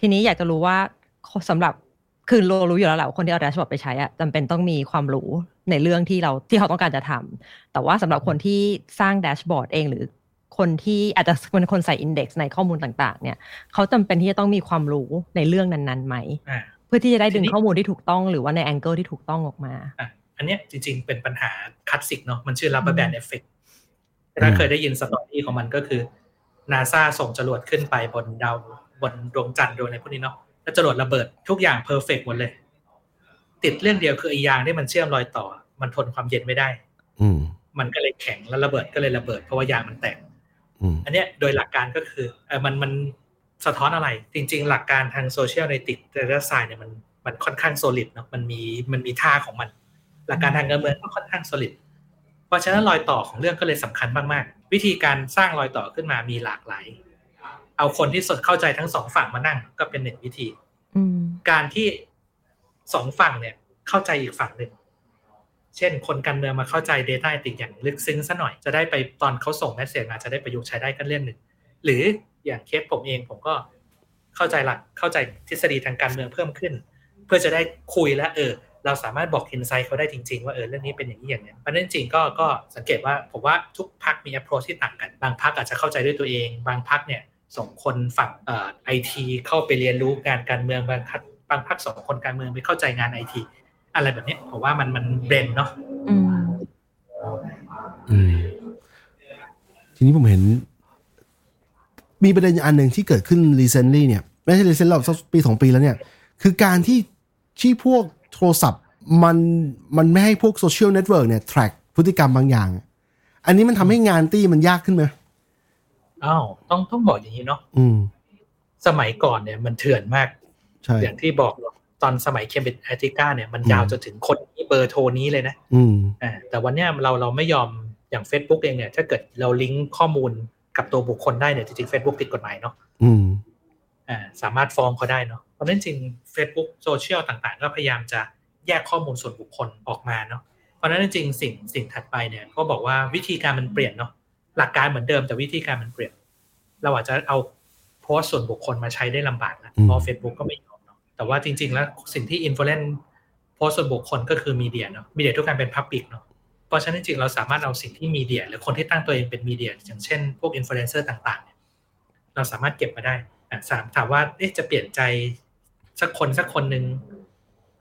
Speaker 4: ทีนี้อยากจะรู้ว่าสำหรับคือเรารู้อยู่แล้วแหละว่าคนที่เอาแดชบอร์ดไปใช้อะจำเป็นต้องมีความรู้ในเรื่องที่เราที่เขาต้องการจะทำ แต่ว่าสำหรับคนที่สร้างแดชบอร์ดเองหรือคนที่อาจจะเป็นคนใส่อินเด็กซ์ในข้อมูลต่างๆ เนี่ยเขาจำเป็นที่จะต้องมีความรู้ในเรื่องนั้นๆไหม
Speaker 3: อ่า
Speaker 4: เพื่อที่จะได้ดึง
Speaker 3: ทีนี้
Speaker 4: ข้อมูลที่ถูกต้องหรือว่าในแองเกิลที่ถูกต้องออกมา
Speaker 3: อ่ะอันเนี้ยจริงๆเป็นปัญหาคลาสสิกเนาะมันชื่อ rubber band effect
Speaker 2: อืม
Speaker 3: ถ้าเคยได้ยินสตอรี่ของมันก็คือนาซาส่งจรวดขึ้นไปบนดาวบนดวงจันทร์ดวงอะไรพวกนี้เนาะแล้วจรวดระเบิดทุกอย่างเพอร์เฟกหมดเลย ติดเรื่องเดียวคือไอ้ยางที่มันเชื่อมรอยต่อ มันทนความเย็นไม่ได้
Speaker 2: อืม
Speaker 3: มันก็เลยแข็งแล้วระเบิดก็เลยระเบิดเพราะว่ายางมันแตก
Speaker 2: อืม
Speaker 3: อันเนี้ยโดยหลักการก็คือเออมันมันสะท้อนอะไร จริง ๆ หลักการทางโซเชียลในติดแต่ละสายเนี่ยมันมันค่อนข้างโซลิดเนาะมันมีมันมีท่าของมัน หลักการทางการเมืองก็ค่อนข้างโซลิดเพราะฉะนั้นรอยต่อของเรื่องก็เลยสำคัญมากๆ วิธีการสร้างรอยต่อขึ้นมามีหลากหลาย เอาคนที่สดเข้าใจทั้งสองฝั่งมานั่งก็เป็นหนึ่งวิธี
Speaker 4: อืม
Speaker 3: การที่สองฝั่งเนี่ยเข้าใจอีกฝั่งหนึ่ง เช่น คนการเมืองมาเข้าใจ Data ติดอย่างลึกซึ้งซะหน่อย จะได้ไปตอนเขาส่งแมสเซจมาจะได้ประยุกต์ใช้ได้กันเรื่องหนึ่ง หรืออย่างเคสผมเองผมก็เข้าใจหลักเข้าใจทฤษฎีทางการเมืองเพิ่มขึ้น เพื่อจะได้คุยและเออ เราสามารถบอกอินไซต์เขาได้จริง ๆ ว่าเออเรื่องนี้เป็นอย่างนี้อย่างนี้นเพราะฉะนั้นจริงๆก็ก็สังเกตว่าผมว่าทุกพักมี approach ที่ต่างกัน บางพักอาจจะเข้าใจด้วยตัวเอง บางพักเนี่ยส่งคนฝั่งไอทีเข้าไปเรียนรู้งานการเมืองบางพักบางพักส่งคนการเมืองไปเข้าใจงานไอทีอะไรแบบเนี้ยผมว่ามันมันเบรนเนาะ
Speaker 4: อืม
Speaker 2: อืมทีนี้ผมเห็น มีประเด็นอันหนึ่งที่เกิดขึ้น recently เนี่ย ไม่ใช่ recently หรอกสักปีสองปีแล้วเนี่ย คือการที่ที่พวกโทรศัพท์มันมันไม่ให้พวกโซเชียลเน็ตเวิร์กเนี่ย track พฤติกรรมบางอย่าง อันนี้มันทำให้งานตี้มันยากขึ้นไหม
Speaker 3: อ้าวต้องต้องบอกอย่างนี้เนาะ
Speaker 2: อืม
Speaker 3: สมัยก่อนเนี่ยมันเถื่อนมาก
Speaker 2: ใช่
Speaker 3: อย่างที่บอกเนอะตอนสมัยเคมบริดจ์แอติก้าเนี่ยมันยาว
Speaker 2: อืม
Speaker 3: จนถึงคนนี้เบอร์โทรนี้เลยนะ
Speaker 2: อืม
Speaker 3: อ่าแต่วันเนี้ยเราเราไม่ยอมอย่าง Facebook เองเนี่ยถ้าเกิดเราลิงก์ข้อมูลกับตัวบุคคลได้เนี่ยจริงๆ Facebook ติดกฎหมายเนาะ
Speaker 2: อืม
Speaker 3: อ่าสามารถฟ้องเขาได้เนาะเพราะฉะนั้นจริง Facebook โซเชียลต่างๆ ก็พยายามจะแยกข้อมูลส่วนบุคคลออกมาเนาะเพราะฉะนั้นจริงๆสิ่งสิ่งถัดไปเนี่ยก็บอกว่าวิธีการมันเปลี่ยนเนาะหลักการเหมือนเดิมแต่วิธีการมันเปลี่ยน เราอาจจะเอาโพสต์ส่วนบุคคลมาใช้ได้ลำบากนะ
Speaker 2: อืม
Speaker 3: เพราะ Facebook ก็ไม่ยอมเนาะแต่ว่าจริง ๆ แล้วสิ่งที่อินฟลูเอนซ์โพสต์ส่วนบุคคลก็คือมีเดียเนาะมีเดียทุกการเป็นพับ l ิ c เนาะเพราะฉะนั้นจริงๆเราสามารถเอาสิ่งที่มีเดีย หรือคนที่ตั้งตัวเองเป็นมีเดีย อย่างเช่นพวกอินฟลูเอนเซอร์ต่างๆเนี่ยเราสามารถเก็บมาได้อ่ะสามถามว่าเอ๊ะจะเปลี่ยนใจสักคนสักคนหนึ่ง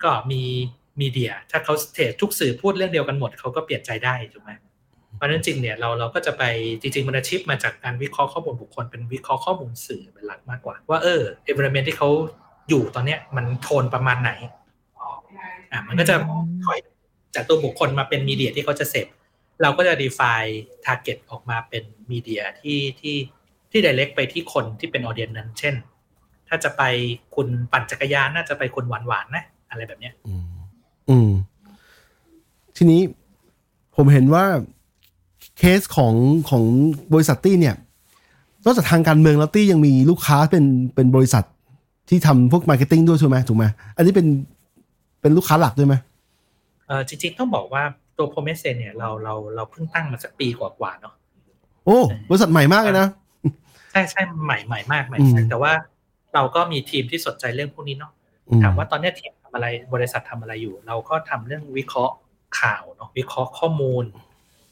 Speaker 3: ก็มีมีเดีย ถ้าเขาเททุกสื่อพูดเรื่องเดียวกันหมดเขาก็เปลี่ยนใจได้ถูกไหม เพราะฉะนั้นจริงเนี่ยเราเราก็จะไปจริงๆมันอาชีพมาจากการวิเคราะห์ข้อมูลบุคคลเป็นวิเคราะห์ข้อมูลสื่อเป็นหลักมากกว่า ว่าเออ environment ที่เขาอยู่ตอนเนี้ยมันโทนประมาณไหนอ่ะมันก็จะถอยจากตัวบุคคลมาเป็นมีเดียที่เขาจะเสพ เราก็จะ define target ออกมาเป็นมีเดียที่ที่ที่ direct ไปที่คนที่เป็น audience นั้น เช่น ถ้าจะไปคุณปั่นจักรยานน่าจะไปคนหวานหวานๆนะ อะไรแบบเนี้ย
Speaker 2: อืมอืม ทีนี้ผมเห็นว่าเคสของของบริษัทตี้เนี่ย นอกจากทางการเมืองแล้วตี้ยังมีลูกค้าเป็นเป็นบริษัทที่ทำพวกมาร์เก็ตติ้งด้วยถูกไหมถูกไหมอันนี้เป็นเป็นลูกค้าหลักด้วยไหม
Speaker 3: เออจริงๆต้องบอกว่าตัว promise เนี่ยเราเราเราเพิ่งตั้งมาสักปีกว่าๆเนาะ
Speaker 2: โอ้บริษัทใหม่มากเลยนะ
Speaker 3: ใช่ใช่ใหม่ใหม่มากใหม่
Speaker 2: อื
Speaker 3: มาก
Speaker 2: ม
Speaker 3: แต่ว่าเราก็มีทีมที่สนใจเรื่องพวกนี้เนาะ
Speaker 2: อื
Speaker 3: ถามว่าตอนเนี้ยทีมทำอะไรบริษัททำอะไรอยู่ เราก็ทำเรื่องวิเคราะห์ข่าวเนาะวิเคราะห์ข้อมูล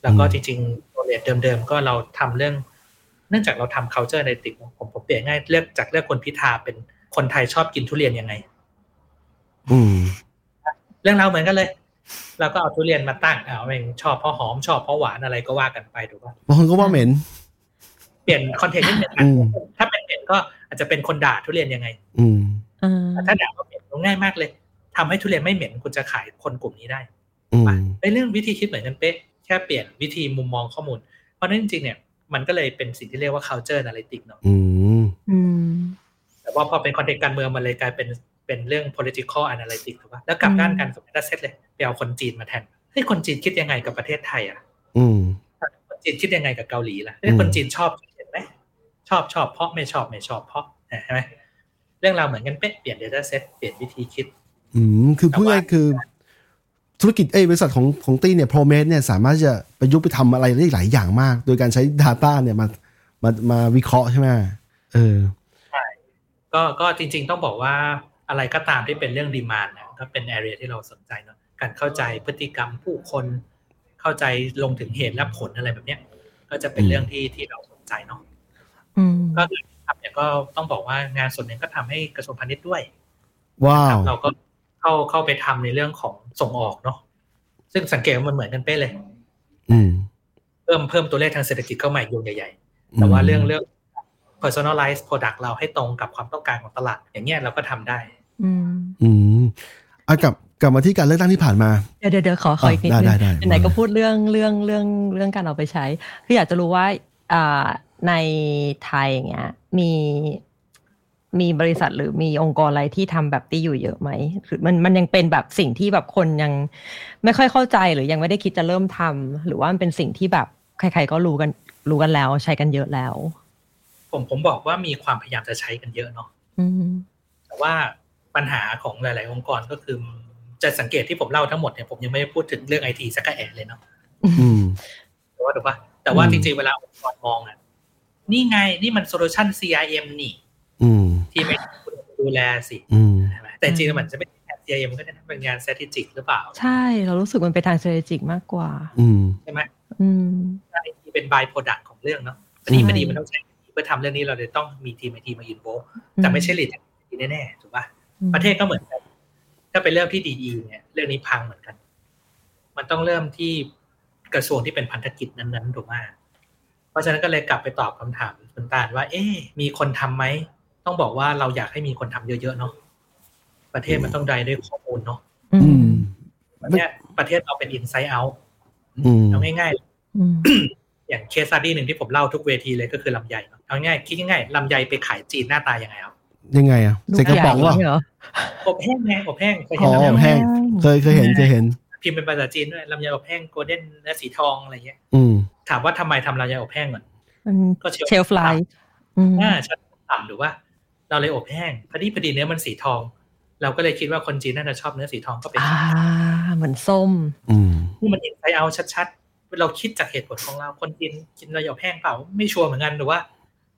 Speaker 3: แล้วก็จริงๆตัวเลทเดิมๆ ก็เราทำเรื่อง เนื่องจากเราทำ culture analytics เนอะผมผมเปลี่ยนง่ายเลือกจากเลือกคนพิธาเป็นคนไทยชอบกินทุเรียนยังไง
Speaker 2: อืม
Speaker 3: เรื่องเราวเหมือนกันเลย เราก็เอาทุเรียนมาตั้งเอาเองชอบเพราะหอมชอบเพราะหวานอะไรก็ว่ากันไปถูกป่ะ
Speaker 2: บางคนก็ว่าเหม็น
Speaker 3: เปลี่ยนคอนเทนต์นิดนึง
Speaker 2: อื
Speaker 3: อ่ะ
Speaker 2: ม
Speaker 3: ถ้าเป็นเด็กก็อาจจะเป็นคนด่าทุเรียนยังไง
Speaker 2: อืม
Speaker 4: อ่า
Speaker 3: ถ้าด่าว่าเหม็นง่ายมากเลยทำให้ทุเรียนไม่เหม็นคุณจะขายคนกลุ่มนี้ได้
Speaker 2: อืม
Speaker 3: ไปเอ้ยเรื่องวิธีคิดเหมือนกันเป๊ะแค่เปลี่ยนวิธีมุมมองข้อมูล เพราะฉะนั้นจริงๆเนี่ยมันก็เลยเป็นสิ่งที่เรียกว่า culture analytics เนาะ
Speaker 2: อืม
Speaker 4: อืม
Speaker 3: แต่ว่าพอเป็นคอนเทนต์การเมืองมันเลยกลายเป็นเป็นเรื่อง political analytics ถูกปะแล้วกลับ
Speaker 4: อืม
Speaker 3: ด้านกันกับ data set เลยไปเอาคนจีนมาแทนเฮ้ยคนจีนคิดยังไงกับประเทศไทยอ่ะ
Speaker 2: อืม
Speaker 3: คนจีนคิดยังไงกับเกาหลีล่ะ
Speaker 2: อื
Speaker 3: เฮ้ย
Speaker 2: ม
Speaker 3: คนจีนชอบเห็นไหมชอบชอบเพราะไม่ชอบไม่ชอบเพราะเห็นไหมเรื่องราวเหมือนกันเป๊ะเปลี่ยน data set เปลี่ยนวิธีคิด
Speaker 2: อืม คือพูดง่ายๆคือ ธุรกิจเอ้ยบริษัทของของตี้เนี่ยโปรเมสเนี่ยสามารถจะประยุกต์ไปทำอะไรได้หลายอย่างมาก โดยการใช้ Data เนี่ยมามามาวิเคราะห์ใช่ไหมเออ
Speaker 3: ก็ก็จริงๆต้องบอกว่าอะไรก็ตามที่เป็นเรื่องดีมานนะก็เป็นแอเรียที่เราสนใจเนาะการเข้าใจพฤติกรรมผู้คน เข้าใจลงถึงเหตุและผลอะไรแบบเนี้ย ก็จะเป็นเรื่องที่ที่เราสนใจเนาะ
Speaker 4: อืม
Speaker 3: ก็คือทำเนี่ยก็ต้องบอกว่างานส่วนหนึ่งก็ทำให้กระทรวงพาณิชย์ด้วย
Speaker 2: ว้าว
Speaker 3: เราก็เข้าเข้าไปทำในเรื่องของส่งออกเนาะซึ่งสังเกตว่ามันเหมือนกันเป๊ะเลย
Speaker 2: อืม
Speaker 3: เพิ่มเพิ่มตัวเลขทางเศรษฐกิจเข้ามาอีกโยงใหญ่ๆ แต่ว่าเรื่อง
Speaker 2: ม
Speaker 3: เรื่อง personalize product เราให้ตรงกับความต้องการของตลาด อย่างเงี้ยเราก็ทำได้
Speaker 4: อืม
Speaker 2: อืมอ่ะกลับกลับมาที่การเลือกตั้งที่ผ่านมา
Speaker 4: เดี๋ยวเดี๋ยวเดี๋ยวขอขออีกนิด
Speaker 2: อ่ะ
Speaker 4: นึ
Speaker 2: ได้
Speaker 4: ง
Speaker 2: ได้ได้
Speaker 4: ไหนๆก็
Speaker 2: มาเลย
Speaker 4: พูดเรื่องเรื่องเรื่องเรื่องการเอาไปใช้ คืออยากจะรู้ว่าอ่าในไทยอย่างเงี้ยมีมีบริษัทหรือมีองค์กรอะไรที่ทำแบบที่อยู่เยอะไหมหรือมันมันยังเป็นแบบสิ่งที่แบบคนยังไม่ค่อยเข้าใจหรือยังไม่ได้คิดจะเริ่มทำหรือว่ามันเป็นสิ่งที่แบบใคร ๆ ก็รู้กันรู้กันแล้วใช้กันเยอะแล้ว
Speaker 3: ผมผมบอกว่ามีความพยายามจะใช้กันเยอะเนาะ
Speaker 4: อืม
Speaker 3: แต่ว่าปัญหาของหลาย ๆ องค์กรก็คือ จะสังเกตที่ผมเล่าทั้งหมดเนี่ยผมยังไม่ได้พูดถึงเรื่องไอทีสักกะแอะเลยเนาะ
Speaker 2: อืม
Speaker 3: แต่ว่าถูกปะแต่ว่า
Speaker 2: อืม
Speaker 3: จริง ๆ เวลาองค์กรมองอ่ะนี่ไงนี่มันโซลูชัน CRM นี่
Speaker 2: อืม
Speaker 3: ที่ไม่คุณดูแลสิ
Speaker 2: อืม
Speaker 3: ใช่ไหมแต่จริงๆมันจะไม่ใช่ CRM ก็ได้นะเป็นงาน strategic หรือเปล่า
Speaker 4: ใช่เรารู้สึกมันเป็นทาง strategic มากกว่า
Speaker 2: อืม
Speaker 3: ใช่ไหม
Speaker 4: อืม
Speaker 3: ไอทีเป็น by product ของเรื่องเนาะพอดี
Speaker 4: ใช่
Speaker 3: พอดีมันต้องใช้ IT เพื่อทำเรื่องนี้เราเลยต้องมีทีมไอทีมาอินโวแต่ไม่ใช่หลีดแน่ๆถูกปะ
Speaker 4: อืม
Speaker 3: ประเทศก็เหมือนกัน ถ้าเป็นเรื่องที่ดีๆเนี่ยเรื่องนี้พังเหมือนกัน มันต้องเริ่มที่กระทรวงที่เป็นพันธกิจนั้นๆถูกไหมเพราะฉะนั้นก็เลยกลับไปตอบคำถามคุณตาลว่า เอ๊ะมีคนทำไหม ต้องบอกว่าเราอยากให้มีคนทำเยอะๆเนาะ ประเทศมันต้องได้ด้วยข้อมูลเนาะ
Speaker 4: อื
Speaker 2: อื
Speaker 4: ม
Speaker 2: ม
Speaker 3: เนี่ยประเทศเราเป็นอินไซ e ์เอา
Speaker 2: อืม
Speaker 3: เอาง่าย
Speaker 4: อืม
Speaker 3: ๆ อย่างเคสสตาดี้หนึ่งที่ผมเล่าทุกเวทีเลยก็คือลำไยเนอะเอาง่ายๆคิดง่ายๆลำไยไปขายจีนหน้าตายังไงเอา
Speaker 2: ยังไงอะใส่กระป๋องเหรอ
Speaker 4: ลูใหญ่เหรอ
Speaker 3: อบแห้งไงอบแห้งเคย
Speaker 2: อ๋
Speaker 3: เห็
Speaker 2: อ
Speaker 3: นลำ
Speaker 2: แบบ
Speaker 3: ไยอ
Speaker 2: บ
Speaker 3: แห้ง
Speaker 2: แห้ง เคยเคยเห็นเคยเห็น
Speaker 3: พิมพ์เป็นภาษาจีนด้วยลำไยอบแห้งโกลเด้นเนื้อสีทองอะไรเงี้ย
Speaker 2: อืม
Speaker 3: ถามว่าทำไมทำลำไยอบแห้งก่อน
Speaker 4: มัน
Speaker 3: ก็เชลฟ์
Speaker 4: เชลฟ์ไลท์อืม
Speaker 3: อ่าชั้นต่ำหรือว่า เราเลยอบแห้งพอดีพอดีเนื้อมันสีทอง เราก็เลยคิดว่าคนจีนน่าจะชอบเนื้อสีทองก็เป็น
Speaker 4: อ่า เหมือนส้ม
Speaker 2: อืม
Speaker 3: นี่มันเห็นไซเอาชัดๆ เราคิดจากเหตุผลของเราคนจีนกินลำไยอบแห้งเปล่าไม่ชัวร์เหมือนกันหรือว่า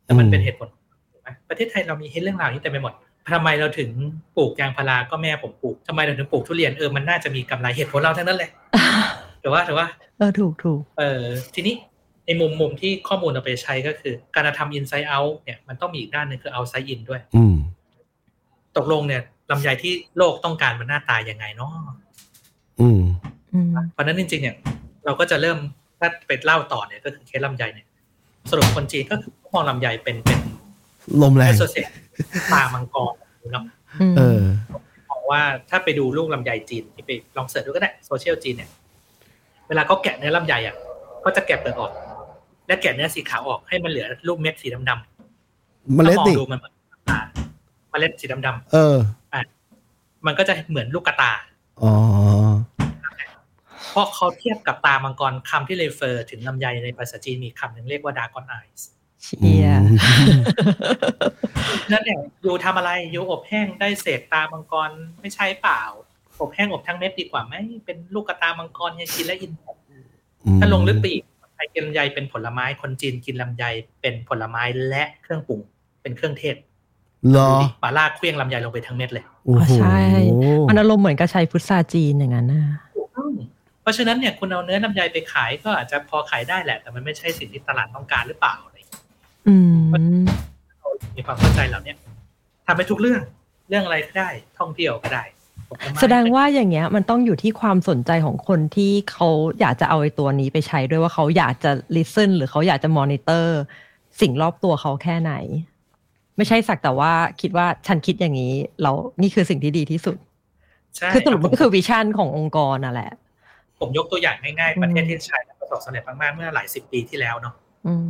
Speaker 3: แต่มันเป็นเหตุผลถูกไหมประเทศไทยเรามีเรื่องราวนี้เต็มไปหมดทำไมเราถึงปลูกยางพาราก็แม่ผมปลูกทำไมเราถึงปลูกทุเรียนเออมันน่าจะมีกำไรเหตุผลเราทั้งนั้นเลยแต่ว่าแต่ว่า
Speaker 4: เออ ถูกถูก
Speaker 3: เอ่อทีนี้ในมุมมุมที่ข้อมูลเอาไปใช้ก็คือ การทำ inside out เนี่ยมันต้องมีอีกด้านหนึ่งคือ outside in ด้วย
Speaker 2: อืม
Speaker 3: ตกลงเนี่ยลำไยที่โลกต้องการมันหน้าตายังไงเนาะ
Speaker 2: อืม
Speaker 4: อืม
Speaker 3: เพราะฉะนั้นจริง ๆ เนี่ย เราก็จะเริ่มถ้าไปเล่าต่อเนี่ยก็คือเคสลำไยเนี่ยสรุปคนจีนก็คือมองลำไยเป็นเป็น
Speaker 2: ลมแร
Speaker 3: แอง สโซเซตตามังกรเนาะ
Speaker 2: เออ
Speaker 3: มองว่าถ้าไปดูลูกลำไยจีนที่ไปลองเสิร์ชดูก็ได้โซเชียลจีนเนี่ย เวลาเขาแกะเนื้อลำไยอ่ะ ก็จะแกะเปลือกออก และแกะเนื้อสีขาวออกให้มันเหลือลูกเม็ดสีดำๆ
Speaker 2: เมล็ด
Speaker 3: ถ้ามอง
Speaker 2: นี่
Speaker 3: ดูมันเหมือนลูกกระตาเมล็ดสีดำ
Speaker 2: เออ
Speaker 3: ๆมันก็จะเหมือนลูกกระตา
Speaker 2: อ๋อ
Speaker 3: เพราะเขาเทียบกับตามังกรคำที่เลเฟอร์ถึงลำไยในภาษาจีนมีคำหนึ่งเรียกว่าดากอนไอส์
Speaker 4: เชีย
Speaker 2: อืม
Speaker 3: นั่นเนี่ยอยู่ทำอะไรอยู่อบแห้งได้เศษตามังกรไม่ใช่เปล่า อบแห้งอบทั้งเม็ดดีกว่าไหมเป็นลูกกระตามังกรยังกินและอิน ถ้าลงลึกไปอีกไทยกินลำไยเป็นผลไม้คนจีนกินลำไยเป็นผลไม้และเครื่องปรุงเป็นเครื่องเทศ
Speaker 2: เหรอ
Speaker 3: ดูดิปลาลากเครื่องลำไยลงไปทั้งเม็ดเลย
Speaker 2: โอ้โห
Speaker 4: ใช่ มันอารมณ์เหมือนกระชายพุทราจีนอย่างนั้นนะ
Speaker 3: เพราะฉะนั้นเนี่ยคุณเอาเนื้อลำไยไปขายก็อาจจะพอขายได้แหละ แต่มันไม่ใช่สิ่งที่ตลาดต้องการหรือเปล่าอะไรอย่างเงี้ย
Speaker 4: อืม
Speaker 3: มีความเข้าใจเหล่าเนี้ยทำไปทุกเรื่องเรื่องอะไรก็ได้ท่องเที่ยวก็ได้ผลไม้
Speaker 4: แสดงว่าอย่างเงี้ยมันต้องอยู่ที่ความสนใจของคนที่เขาอยากจะเอาไอ้ตัวนี้ไปใช้ด้วยว่าเขาอยากจะ listen หรือเขาอยากจะ monitor สิ่งรอบตัวเขาแค่ไหน ไม่ใช่สักแต่ว่าคิดว่าฉันคิดอย่างนี้แล้วนี่คือสิ่งที่ดีที่สุด
Speaker 3: ใช่
Speaker 4: คือสรุปมัน
Speaker 3: ผ
Speaker 4: ก็
Speaker 3: ม
Speaker 4: คือวิชั่นขององค์กรน่ะแหละ
Speaker 3: ผมยกตัวอย่างง่าย
Speaker 4: อืม
Speaker 3: ๆประเทศที่ใช้แล้วประสบสำเร็จมากๆเมื่อหลายสิบปีที่แล้วเนาะ
Speaker 4: อืม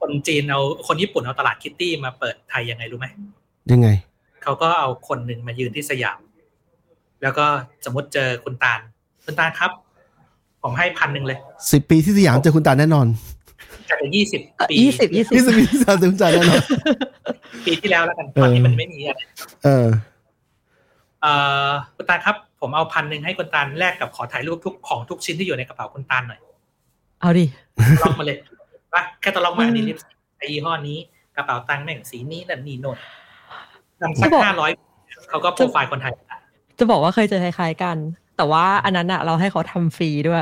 Speaker 3: คนจีนเอาคนญี่ปุ่นเอาตลาดคิตตี้มาเปิดไทยยังไงรู้ไหม
Speaker 2: ยังไง
Speaker 3: เขาก็เอาคนหนึ่งมายืนที่สยาม แล้วก็สมมติเจอคุณตาล คุณตาลครับ ผมให้พันหนึ่งเลย
Speaker 2: สิบปีที่สยามเจอคุณตาแน่นอน
Speaker 3: จากยี่สิบปี
Speaker 4: ยี่สิบยี่สิบ
Speaker 2: นี่สิบปีที่สยามเจอคุณตาแน่นอน
Speaker 3: ปีที่แล้วแล้วกัน
Speaker 2: เออ
Speaker 3: ตอนนี้มันไม่มีอะไร
Speaker 2: เออ
Speaker 3: เอ่อคุณตาลครับ ผมเอาพันหนึ่งให้คุณตาลแลกกับขอถ่ายรูปทุกของทุกชิ้นที่อยู่ในกระเป๋าคุณตาลห น่อย
Speaker 4: เอาดิ
Speaker 3: ลองมาเลยปะแค่ตะลองมาอันนี้ลิปสติกไอ้ยี่ห้อนี้ กระเป๋าตังค์แม่งสีนี้นั่นนี่โน่นนำสัก
Speaker 4: จะบอก
Speaker 3: ห้าร้อยเขาก็โปรไฟล์คนไทย
Speaker 4: จะบอกว่าเคยเจอคล้ายๆกัน แต่ว่าอันนั้นอะเราให้เขาทำฟรีด้วย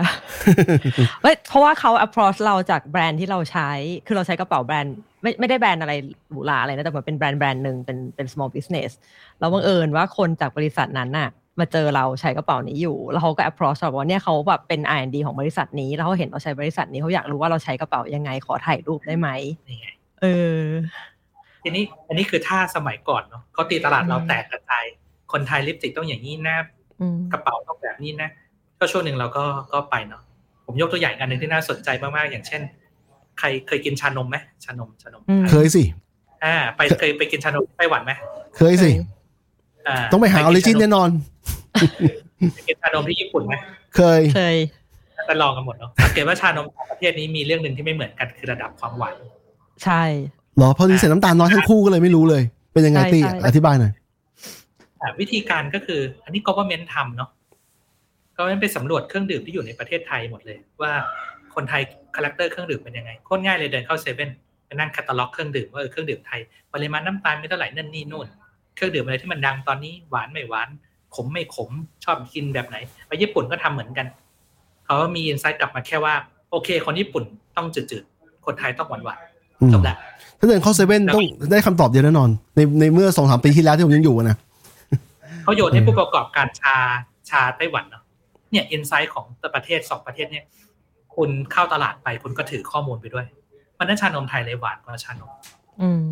Speaker 4: เฮ้ยเพราะว่าเขา approach เราจากแบรนด์ที่เราใช้ คือเราใช้กระเป๋าแบรนด์ ไม่ไม่ได้แบรนด์อะไรหรูหราอะไรนะ แต่เหมือนเป็นแบรนด์แบรนด์หนึ่งเป็นเป็น small business แล้วบังเอิญว่าคนจากบริษัทนั้นน่ะ มาเจอเราใช้กระเป๋านี้อยู่ แล้วเขาก็ approach เราบอกว่าเนี่ยเขาแบบเป็น R&D ของบริษัทนี้ แล้วเขาเห็นเราใช้บริษัทนี้เขาอยากรู้ว่าเราใช้กระเป๋ายังไงขอถ่ายรูปได้ไหม
Speaker 3: นี่ไง
Speaker 4: เออ
Speaker 3: ทีนี้อันนี้คือถ้าสมัยก่อนเนาะเขาตีตลาดเรา
Speaker 4: อืม
Speaker 3: แตกกระจายคนไทยลิปสติกต้องอย่างนี้นะ
Speaker 4: อืม
Speaker 3: กระเป๋าต้องแบบนี้นะ ก็ช่วงหนึ่งเราก็ก็ไปเนาะ ผมยกตัวอย่างอันหนึ่งที่น่าสนใจมากๆ อย่างเช่น ใครเคยกินชานมไหมชานมชานม
Speaker 4: อืม
Speaker 2: เคยสิ
Speaker 3: อ่า ไปเคยไปกินชานมไต้หวันไหม
Speaker 2: เคยสิ
Speaker 3: อ่า
Speaker 2: ต้องไปหาออริจินแน่นอน
Speaker 3: ไปกินชานมที่ญี่ปุ่นไหม
Speaker 2: เคย
Speaker 4: เคย
Speaker 3: น่าจะลองกันหมดเนาะสังเกตว่าชานมของประเทศนี้มีเรื่องหนึ่งที่ไม่เหมือนกันคือระดับความหวาน
Speaker 4: ใช่
Speaker 2: เหรอเพอดีใส่น้ำตาลน้อยทั้งคู่ก็เลยไม่รู้เลย เป็นยังไง
Speaker 4: ใช่
Speaker 2: ตี้
Speaker 4: ใช่
Speaker 2: อธิบายหน่อย
Speaker 3: อ่าวิธีการก็คือ อันนี้ government ทำเนาะ government ไปสำรวจเครื่องดื่มที่อยู่ในประเทศไทยหมดเลย ว่าคนไทยคาแรคเตอร์เครื่องดื่มเป็นยังไงโคตรง่ายเลยเดินเข้าเซเว่นไปนั่งแคตตาล็อกเครื่องดื่มว่าเออเครื่องดื่มไทยปริมาณน้ำตาลไม่เท่าไหร่นั่นนี่นู่น เครื่องดื่มอะไรที่มันดังตอนนี้หวานไม่หวานขมไม่ขมชอบกินแบบไหนไปญี่ปุ่นก็ทำเหมือนกันเขามีอินไซต์กลับมาแค่ว่า โอเค คนญี่ปุ่นต้องจืดๆคนไทยต้องหวาน
Speaker 2: อืม
Speaker 3: ๆจบละ
Speaker 2: ถ้าเดินเข้าเซเว่นต้องได้คำตอบเดียวแน่นอน ในในเมื่อสองสามปีที่แล้วที่ผมยังอยู่อะนะ
Speaker 3: เขาโยนให้ผู้ประกอบการชาชาไต้หวันเนาะเนี่ยอินไซต์ของประเทศสองประเทศเนี่ย คุณเข้าตลาดไปคุณก็ถือข้อมูลไปด้วยมันนั้นชานมไทยเลยหวานกว่าชานม
Speaker 4: อืม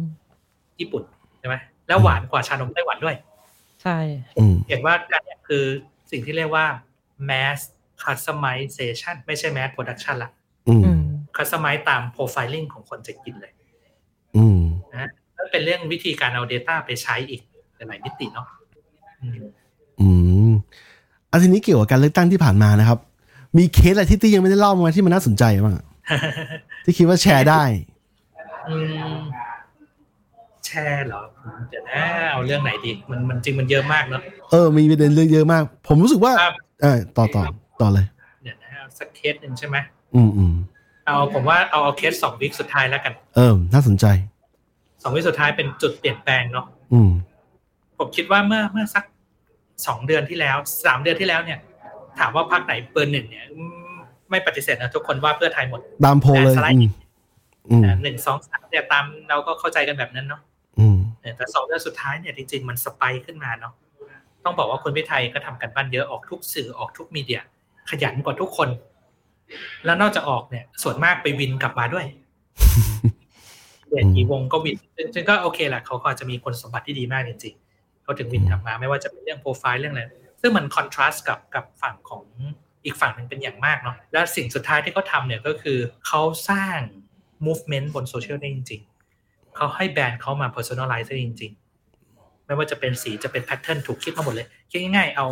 Speaker 3: ญี่ปุ่นใช่ไหมแล้วหวานกว่าชานมไต้หวันด้วย
Speaker 4: ใช่
Speaker 2: อืม
Speaker 3: เห็นว่าการเนี่ยคือสิ่งที่เรียกว่า mass customization ไม่ใช่ mass production ละ
Speaker 2: อืม
Speaker 4: อืม
Speaker 3: customize ตาม profiling ของคนจะกินเลย
Speaker 2: อืม
Speaker 3: นั่นเป็นเรื่องวิธีการเอา Data ไปใช้อีกหลายๆมิติเนาะอืม
Speaker 2: อืมอันทีนี้เกี่ยวกับการเลือกตั้งที่ผ่านมานะครับ มีเคสอะไรที่ตี้ยังไม่ได้เล่ามาที่มันน่าสนใจบ้างอะที่คิดว่าแชร์ได้
Speaker 3: อืมแชร์เหรอเดี๋ยวนะเอาเรื่องไหนดีมันมันจริงมันเยอะมากเนอะ
Speaker 2: เออ มีประเด็นเรื่องเยอะมาก ผมรู้สึกว่า
Speaker 3: ครับ
Speaker 2: เออต่อต่อต่อเลย
Speaker 3: เดี๋ยวนะเอาสักเคสหนึ่งใช่ไหม
Speaker 2: อืมอืม
Speaker 3: เอาผมว่าเอาเอาเคสสองวิคสุดท้ายแล้วกัน
Speaker 2: เออ น่าสนใจ
Speaker 3: สองวิคสุดท้ายเป็นจุดเปลี่ยนแปลงเนาะ
Speaker 2: อืม
Speaker 3: ผมคิดว่าเมื่อเมื่อสักสองเดือนที่แล้วสามเดือนที่แล้วเนี่ย ถามว่าพักไหนเบอร์หนึ่งเนี่ยอืมไม่ปฏิเสธนะทุกคนว่าเพื่อไทยหมด
Speaker 2: ตามโพลเลย
Speaker 3: แต่สไลด์
Speaker 2: อืมอืม
Speaker 3: นะหนึ่งสองสามเนี่ยตามเราก็เข้าใจกันแบบนั้นเนาะ
Speaker 2: อืม
Speaker 3: เออแต่สองเรื่องสุดท้ายเนี่ยจริงๆ มันสไปค์ขึ้นมาเนาะต้องบอกว่าคนพิไทยก็ทำกันบ้านเยอะออกทุกสื่อออกทุกมีเดีย ขยันกว่าทุกคน แล้วนอกจากออกเนี่ย ส่วนมากไปวินกลับมาด้วยเดีย
Speaker 2: อืม
Speaker 3: อีวงก็วินซึ่งซึ่งก็โอเคแหละเขาก็อาจจะมีคนสมบัติที่ดีมากจริงๆเขาถึงวินกลับมา ไม่ว่าจะเป็นเรื่องโปรไฟล์เรื่องอะไรซึ่งมันคอนทราสต์กับกับฝั่งของ อีกฝั่งหนึ่งเป็นอย่างมากเนาะและสิ่งสุดท้ายที่เขาทำเนี่ยก็คือเขาสร้าง movement บนโซเชียลได้จริง ๆ เขาให้แบรนด์เขามา personalize ได้จริง ๆ ไม่ว่าจะเป็นสีจะเป็น pattern ถูกคิดมาหมดเลยคิดง่ายๆเอา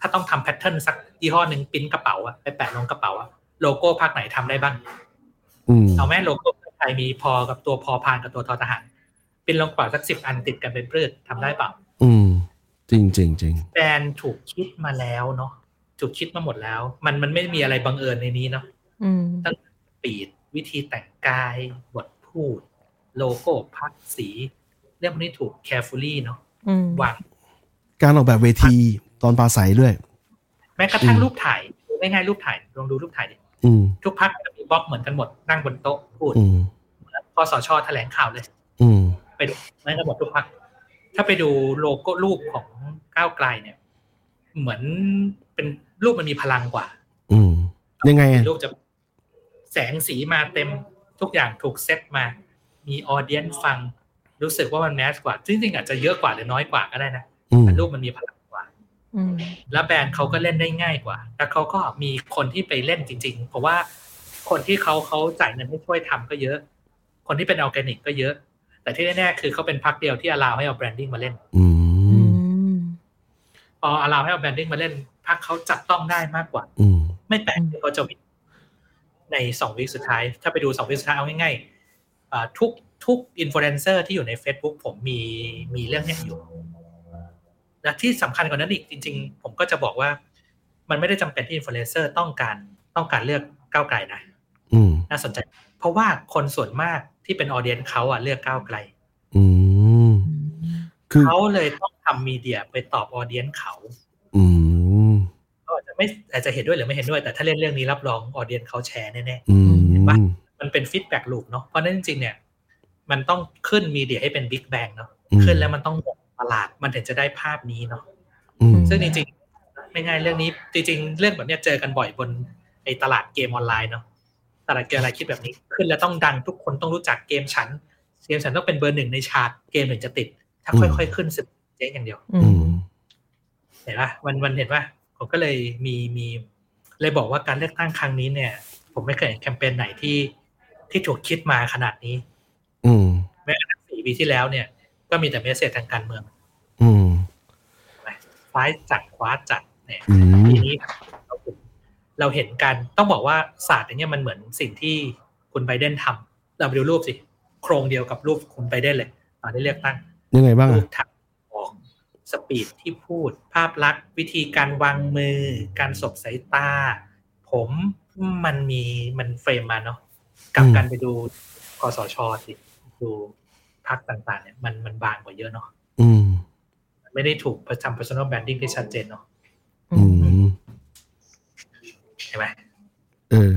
Speaker 3: ถ้าต้องทำ pattern สักยี่ห้อหนึ่งปริ้นกระเป๋าอะไปแปะลงกระเป๋าอะโลโก้ภาคไหนทำได้บ้าง
Speaker 2: อืม
Speaker 3: เอาแม่โลโก้เพื่อไทยมีพอกับตัวพอพานกับตัวทอทหารเป็นลงกว่าสักสิบอันติดกันเป็นพืชทำได้เปล่า
Speaker 2: อืมจริงจริงจริง
Speaker 3: แบรนด์ถูกคิดมาแล้วเนาะถูกคิดมาหมดแล้ว มันมันไม่มีอะไรบังเอิญในนี้เนาะ
Speaker 4: อืม
Speaker 3: ปีดวิธีแต่งกายบทพูด โลโก้พักสี เรื่องพวกนี้ถูก carefully เนาะ
Speaker 4: อืม
Speaker 3: วาง
Speaker 2: การออกแบบเวทีตอนปราศัยด้วย
Speaker 3: แม้กระทั่ง
Speaker 2: อืม
Speaker 3: รูปถ่ายดูง่ายๆรูปถ่ายลองดูรูปถ่ายดิ
Speaker 2: อืม
Speaker 3: ทุกพักจะมีบล็อกเหมือนกันหมดนั่งบนโต๊ะพูด
Speaker 2: อืม
Speaker 3: คอสชแถลงข่าวเลย
Speaker 2: อืม
Speaker 3: ไปดูนั่นก็หมดทุกพัก ถ้าไปดูโลโก้รูปของก้าวไกลเนี่ย เหมือนเป็นรูปมันมีพลังกว่า
Speaker 2: อืมยังไงอะ
Speaker 3: รูปจะแสงสีมาเต็มทุกอย่างถูกเซตมา มีออเดียนฟัง รู้สึกว่ามันแมสกว่า จริงๆอาจจะเยอะกว่าหรือน้อยกว่าก็ได้นะ
Speaker 2: อืม
Speaker 3: แต่รูปมันมีพลังกว่า
Speaker 4: อืม
Speaker 3: แล้วแบรนด์เขาก็เล่นได้ง่ายกว่า แล้วเขาก็มีคนที่ไปเล่นจริง ๆ เพราะว่าคนที่เขาเขาจ่ายเงินให้ช่วยทำก็เยอะ คนที่เป็นออร์แกนิกก็เยอะ แต่ที่แน่ๆคือเขาเป็นพักเดียวที่อลาวให้เอาแบรนดิ้งมาเล่น
Speaker 2: อื
Speaker 4: อื
Speaker 2: ม
Speaker 4: ม
Speaker 3: พออลาวให้เอาแบรนดิ้งมาเล่นพักเขาจับต้องได้มากกว่า
Speaker 2: อืม
Speaker 3: ไม่แปลกที่เขาจะวินในสองวิคสุดท้าย ถ้าไปดูสองวิคสุดท้ายเอาง่ายๆอ่าทุกทุกอินฟลูเอนเซอร์ที่อยู่ใน Facebook ผมมีมีเรื่องเนี้ยอยู่ และที่สำคัญกว่านั้นอีกจริง ๆ ผมก็จะบอกว่า มันไม่ได้จำเป็นที่อินฟลูเอนเซอร์ต้องการต้องการเลือกก้าวไกลนะ
Speaker 2: อืม
Speaker 3: น่าสนใจ เพราะว่าคนส่วนมากที่เป็นออเดียนเขาอะเลือกก้าวไกล
Speaker 2: อืมคือ
Speaker 3: เขาเลยต้องทำมีเดียไปตอบออเดียนเขา
Speaker 2: อืม
Speaker 3: ก็อาจจะไม่อาจจะเห็นด้วยหรือไม่เห็นด้วยแต่ถ้าเล่นเรื่องนี้รับรองออเดียนเขาแชร์แน่
Speaker 2: อืม
Speaker 3: ๆมันเป็นฟีดแบ็กลูปเนาะเพราะฉะนั้นจริงๆเนี่ย มันต้องขึ้นมีเดียให้เป็นบิ๊กแบงเนาะขึ้นแล้วมันต้องหมดตลาดมันถึงจะได้ภาพนี้เนาะ
Speaker 2: อืม
Speaker 3: ซึ่งจริงๆไม่ง่ายเรื่องนี้ จริงๆ เรื่องแบบเนี้ยเจอกันบ่อยบนไอ้ตลาดเกมออนไลน์เนาะตลาดเกมออนไลน์คิดแบบนี้ ขึ้นแล้วต้องดังทุกคนต้องรู้จักเกมฉันเกมฉันต้องเป็นเบอร์หนึ่งในชาร์ตเกมถึงจะติด ถ้าค่อยๆขึ้นสิบเจ๊งอย่างเดียว
Speaker 4: อื
Speaker 2: อื
Speaker 4: ม
Speaker 2: ม
Speaker 3: เห็นปะวันวันเห็นปะผมก็เลยมีมีเลยบอกว่าการเลือกตั้งครั้งนี้เนี่ย ผมไม่เคยเห็นแคมเปญไหนที่ที่ถูกคิดมาขนาดนี้
Speaker 2: อืม
Speaker 3: แม้กระทั่งสี่ปีที่แล้วเนี่ย ก็มีแต่เมสเซจทางการเมือง
Speaker 2: อืม
Speaker 3: ซ้ายจัดขวาจัดเนี่ย
Speaker 2: อืม
Speaker 3: ทีนี้เราเห็นเราเห็นการต้องบอกว่าศาสตร์อันเนี้ยมันเหมือนสิ่งที่คุณไบเดนทำเราไปดูรูปสิโครงเดียวกับรูปคุณไบเดนเลยตอนที่เลือกตั้ง
Speaker 2: ยังไงบ้าง
Speaker 3: รู
Speaker 2: อะ
Speaker 3: ปทักษะออกสปีดที่พูด ภาพลักษณ์วิธีการวางมือ การสบสายตา ผมมันมีมันเฟรมมาเนาะกลับกันไปดูกสชสิดูพักต่างๆเนี่ยมันมันบางกว่าเยอะเนาะ
Speaker 2: อืม
Speaker 3: มันไม่ได้ถูกประจำ personal branding ที่ชัดเจนเนาะ
Speaker 2: อืม
Speaker 3: ใช่ไหม
Speaker 2: เออ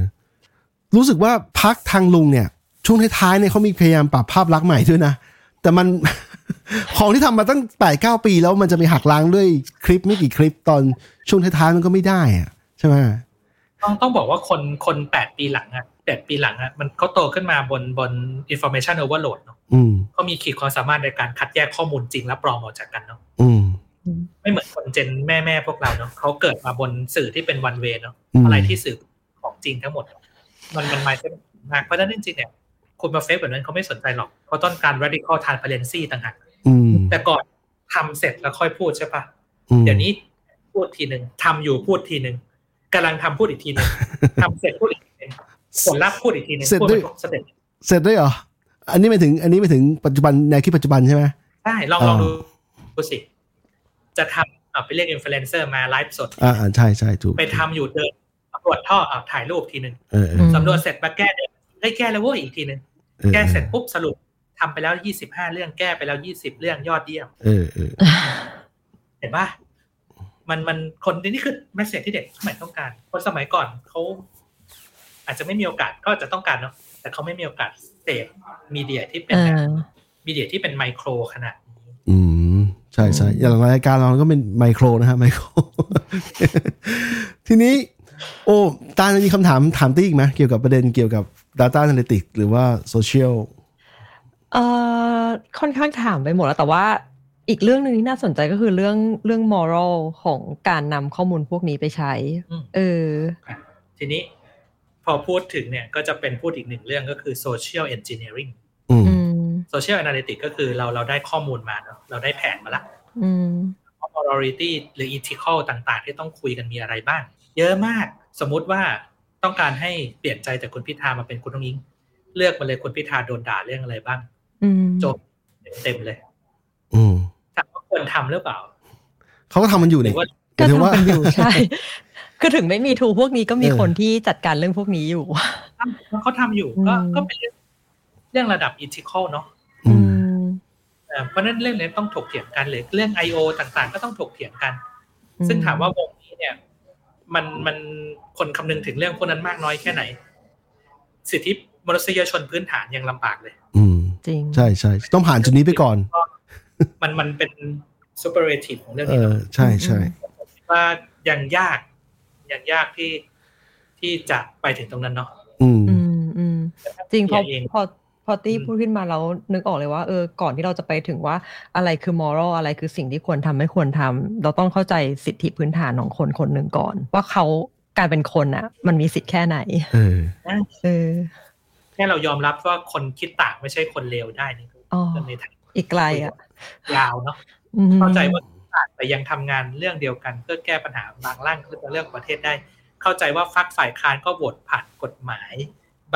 Speaker 2: รู้สึกว่าพักทางลุงเนี่ย ช่วงท้ายๆเนี่ยเขามีพยายามปรับภาพลักษณ์ใหม่ด้วยนะ แต่มัน ของที่ทำมาตั้งแปดเก้าปีแล้วมันจะไปหักล้างด้วยคลิปไม่กี่คลิปตอนช่วงท้ายๆมันก็ไม่ได้อะใช่ไหม
Speaker 3: ต้องต้องบอกว่าคนคนแปดปีหลังอะแปดปีหลังอะมันเขาโตขึ้นมาบนบน information overload เนาะ
Speaker 2: อืม
Speaker 3: เขามีขีดความสามารถในการคัดแยกข้อมูลจริงและปลอมออกจากกันเนาะ
Speaker 2: อืม
Speaker 3: ไม่เหมือนคนเจนแม่แม่ๆพวกเราเนาะเขาเกิดมาบนสื่อที่เป็นวันเวเนาะ
Speaker 2: อืม
Speaker 3: อะไรที่สื่อของจริงทั้งหมด มันมันมาเส้นมากเพราะฉะนั้นจริงๆเนี่ยคนมาเฟซแบบนั้นเขาไม่สนใจหรอกเขาต้องการ radical transparency ต่างหาก
Speaker 2: อืม
Speaker 3: แต่ก่อนทำเสร็จแล้วค่อยพูดใช่ปะ
Speaker 2: อืม
Speaker 3: เดี๋ยวนี้พูดทีหนึ่งทำอยู่พูดทีหนึ่งกำลังทำพูดอีกที หนึ่งทำเสร็จพูดอีกทีหนึ่งผลลัพธ์พูดอีกทีหนึ่งพูดเป็นสเต็ป
Speaker 2: เสร็จด้วยเหรอ อันนี้หมายถึง อันนี้หมายถึงปัจจุบันแนวคิดปัจจุบันใช่ไหม
Speaker 3: ใช่ลองลอง
Speaker 2: อ่า
Speaker 3: ดูดูสิจะทำเอาไปเรียกอินฟลูเอนเซอร์มาไลฟ์สด
Speaker 2: อ่าอ่าใช่ใช่ถูก
Speaker 3: ไปทำอยู่เดินสำรวจท่อเอาถ่ายรูปทีหนึ่ง
Speaker 2: เออเออ
Speaker 3: สำรวจเสร็จมาแก้เดินได้ยแก้แล้วเว้ยอีกทีหนึ่ง
Speaker 2: เออ
Speaker 3: แก้เสร็จปุ๊บสรุปทำไปแล้วยี่สิบห้าเรื่องแก้ไปแล้วยี่สิบเรื่องยอดเยี่ยม
Speaker 2: เออเออ
Speaker 3: เห็นปะมันมันคนนี่คือแมสเซจที่เด็กสมัยต้องการ คนสมัยก่อนเขาอาจจะไม่มีโอกาสก็จะต้องการเนาะแต่เขาไม่มีโอกาสเสพมีเดียที่เป็น
Speaker 4: เอ
Speaker 3: แบบ
Speaker 4: อ
Speaker 3: มีเดียที่เป็นไมโครขนาดนี้
Speaker 2: อืม ใช่ใช่อย่างรายการเราก็เป็นไมโครนะฮะไมโคร ทีนี้ โอ้ตาลมีคำถามถามตี้อีกไหมเกี่ยวกับประเด็นเกี่ยวกับ Data Analytics หรือว่าโซเชียล
Speaker 4: เอ่อค่อนข้างถามไปหมดแล้วแต่ว่า อีกเรื่องหนึ่งที่น่าสนใจก็คือเรื่องเรื่อง moral ของการนำข้อมูลพวกนี้ไปใช้
Speaker 3: อืม
Speaker 4: เออ
Speaker 3: ทีนี้พอพูดถึงเนี่ยก็จะเป็นพูดอีกหนึ่งเรื่องก็คือ social engineering
Speaker 2: อืม
Speaker 4: อืม
Speaker 3: social analytics ก็คือเราเราได้ข้อมูลมาเนาะเราได้แผนมาละ
Speaker 4: อืม
Speaker 3: morality หรือ ethical ต่างๆ ที่ต้องคุยกันมีอะไรบ้าง เยอะมากสมมุติว่าต้องการให้เปลี่ยนใจจากคุณพิธามาเป็นคุณต้องยิง เลือกมาเลยคุณพิธาโดนด่าเรื่องอะไรบ้าง
Speaker 4: อืม
Speaker 3: จบเต็มๆเลย
Speaker 2: อืม
Speaker 3: ถามว่าควรทำหรือเปล่า
Speaker 2: เขาก็ทำมันอยู่
Speaker 3: หรื
Speaker 2: นี่
Speaker 3: อว่า
Speaker 2: ห
Speaker 4: ก็
Speaker 2: มายถึงว่า
Speaker 4: ทำกันอยู่ ใช่ คือถึงไม่มีทูพวกนี้ก็มี
Speaker 2: เออ
Speaker 4: คนที่จัดการเรื่องพวกนี้อยู่
Speaker 3: เขาทำอยู่ก็
Speaker 4: อืม
Speaker 3: ก็เป็นเรื่องเรื่องระดับ ethical เนาะ
Speaker 2: อืม
Speaker 3: เอ่อเพราะฉะนั้นเรื่องนี้ต้องถกเถียงกันหรือเรื่อง I.O. ต่างๆ ก็ต้องถกเถียงกัน ซึ่งถามว่าวงนี้เนี่ย มันมันคนคำนึงถึงเรื่องพวกนั้นมากน้อยแค่ไหน สิทธิมนุษยชนพื้นฐานยังลำบากเลย
Speaker 2: อืม
Speaker 4: จริง
Speaker 2: ใช่ใช่ต้องผ่านจุดนี้ไปก่อน
Speaker 3: มันมันเป็น superative ของเรื่อง
Speaker 2: เอ
Speaker 3: นี้
Speaker 2: อ
Speaker 3: เนอะ
Speaker 2: ใช่ใช่
Speaker 3: ว่ายังยากยังยากที่ที่จะไปถึงตรงนั้นเนาะ
Speaker 2: อืม
Speaker 4: อืมอืมจริงพอ
Speaker 3: เขียนเอง
Speaker 4: พอพอตี้
Speaker 3: อืม
Speaker 4: พูดขึ้นมาแล้วนึกออกเลยว่าเออก่อนที่เราจะไปถึงว่าอะไรคือ moral อะไรคือสิ่งที่ควรทำไม่ควรทำเราต้องเข้าใจสิทธิพื้นฐานของคนคนหนึ่งก่อน ว่าเขาการเป็นคนอ่ะ มันมีสิทธิ์แค่ไหน
Speaker 2: เออ
Speaker 4: เออ
Speaker 3: แค่เรายอมรับว่าคนคิดต่างไม่ใช่คนเลวได้นี่ก็
Speaker 4: อ๋อ
Speaker 3: เรื่องในทาง
Speaker 4: อีกไกลอ่ะ
Speaker 3: ยาวเนาะ
Speaker 4: อืม
Speaker 3: เข้าใจว่าต่างแต่ยังทำงานเรื่องเดียวกันเพื่อแก้ปัญหาบางร่างเพื่อเรื่องประเทศได้ เข้าใจว่าฝักฝ่ายค้านก็โหวตผ่านกฎหมาย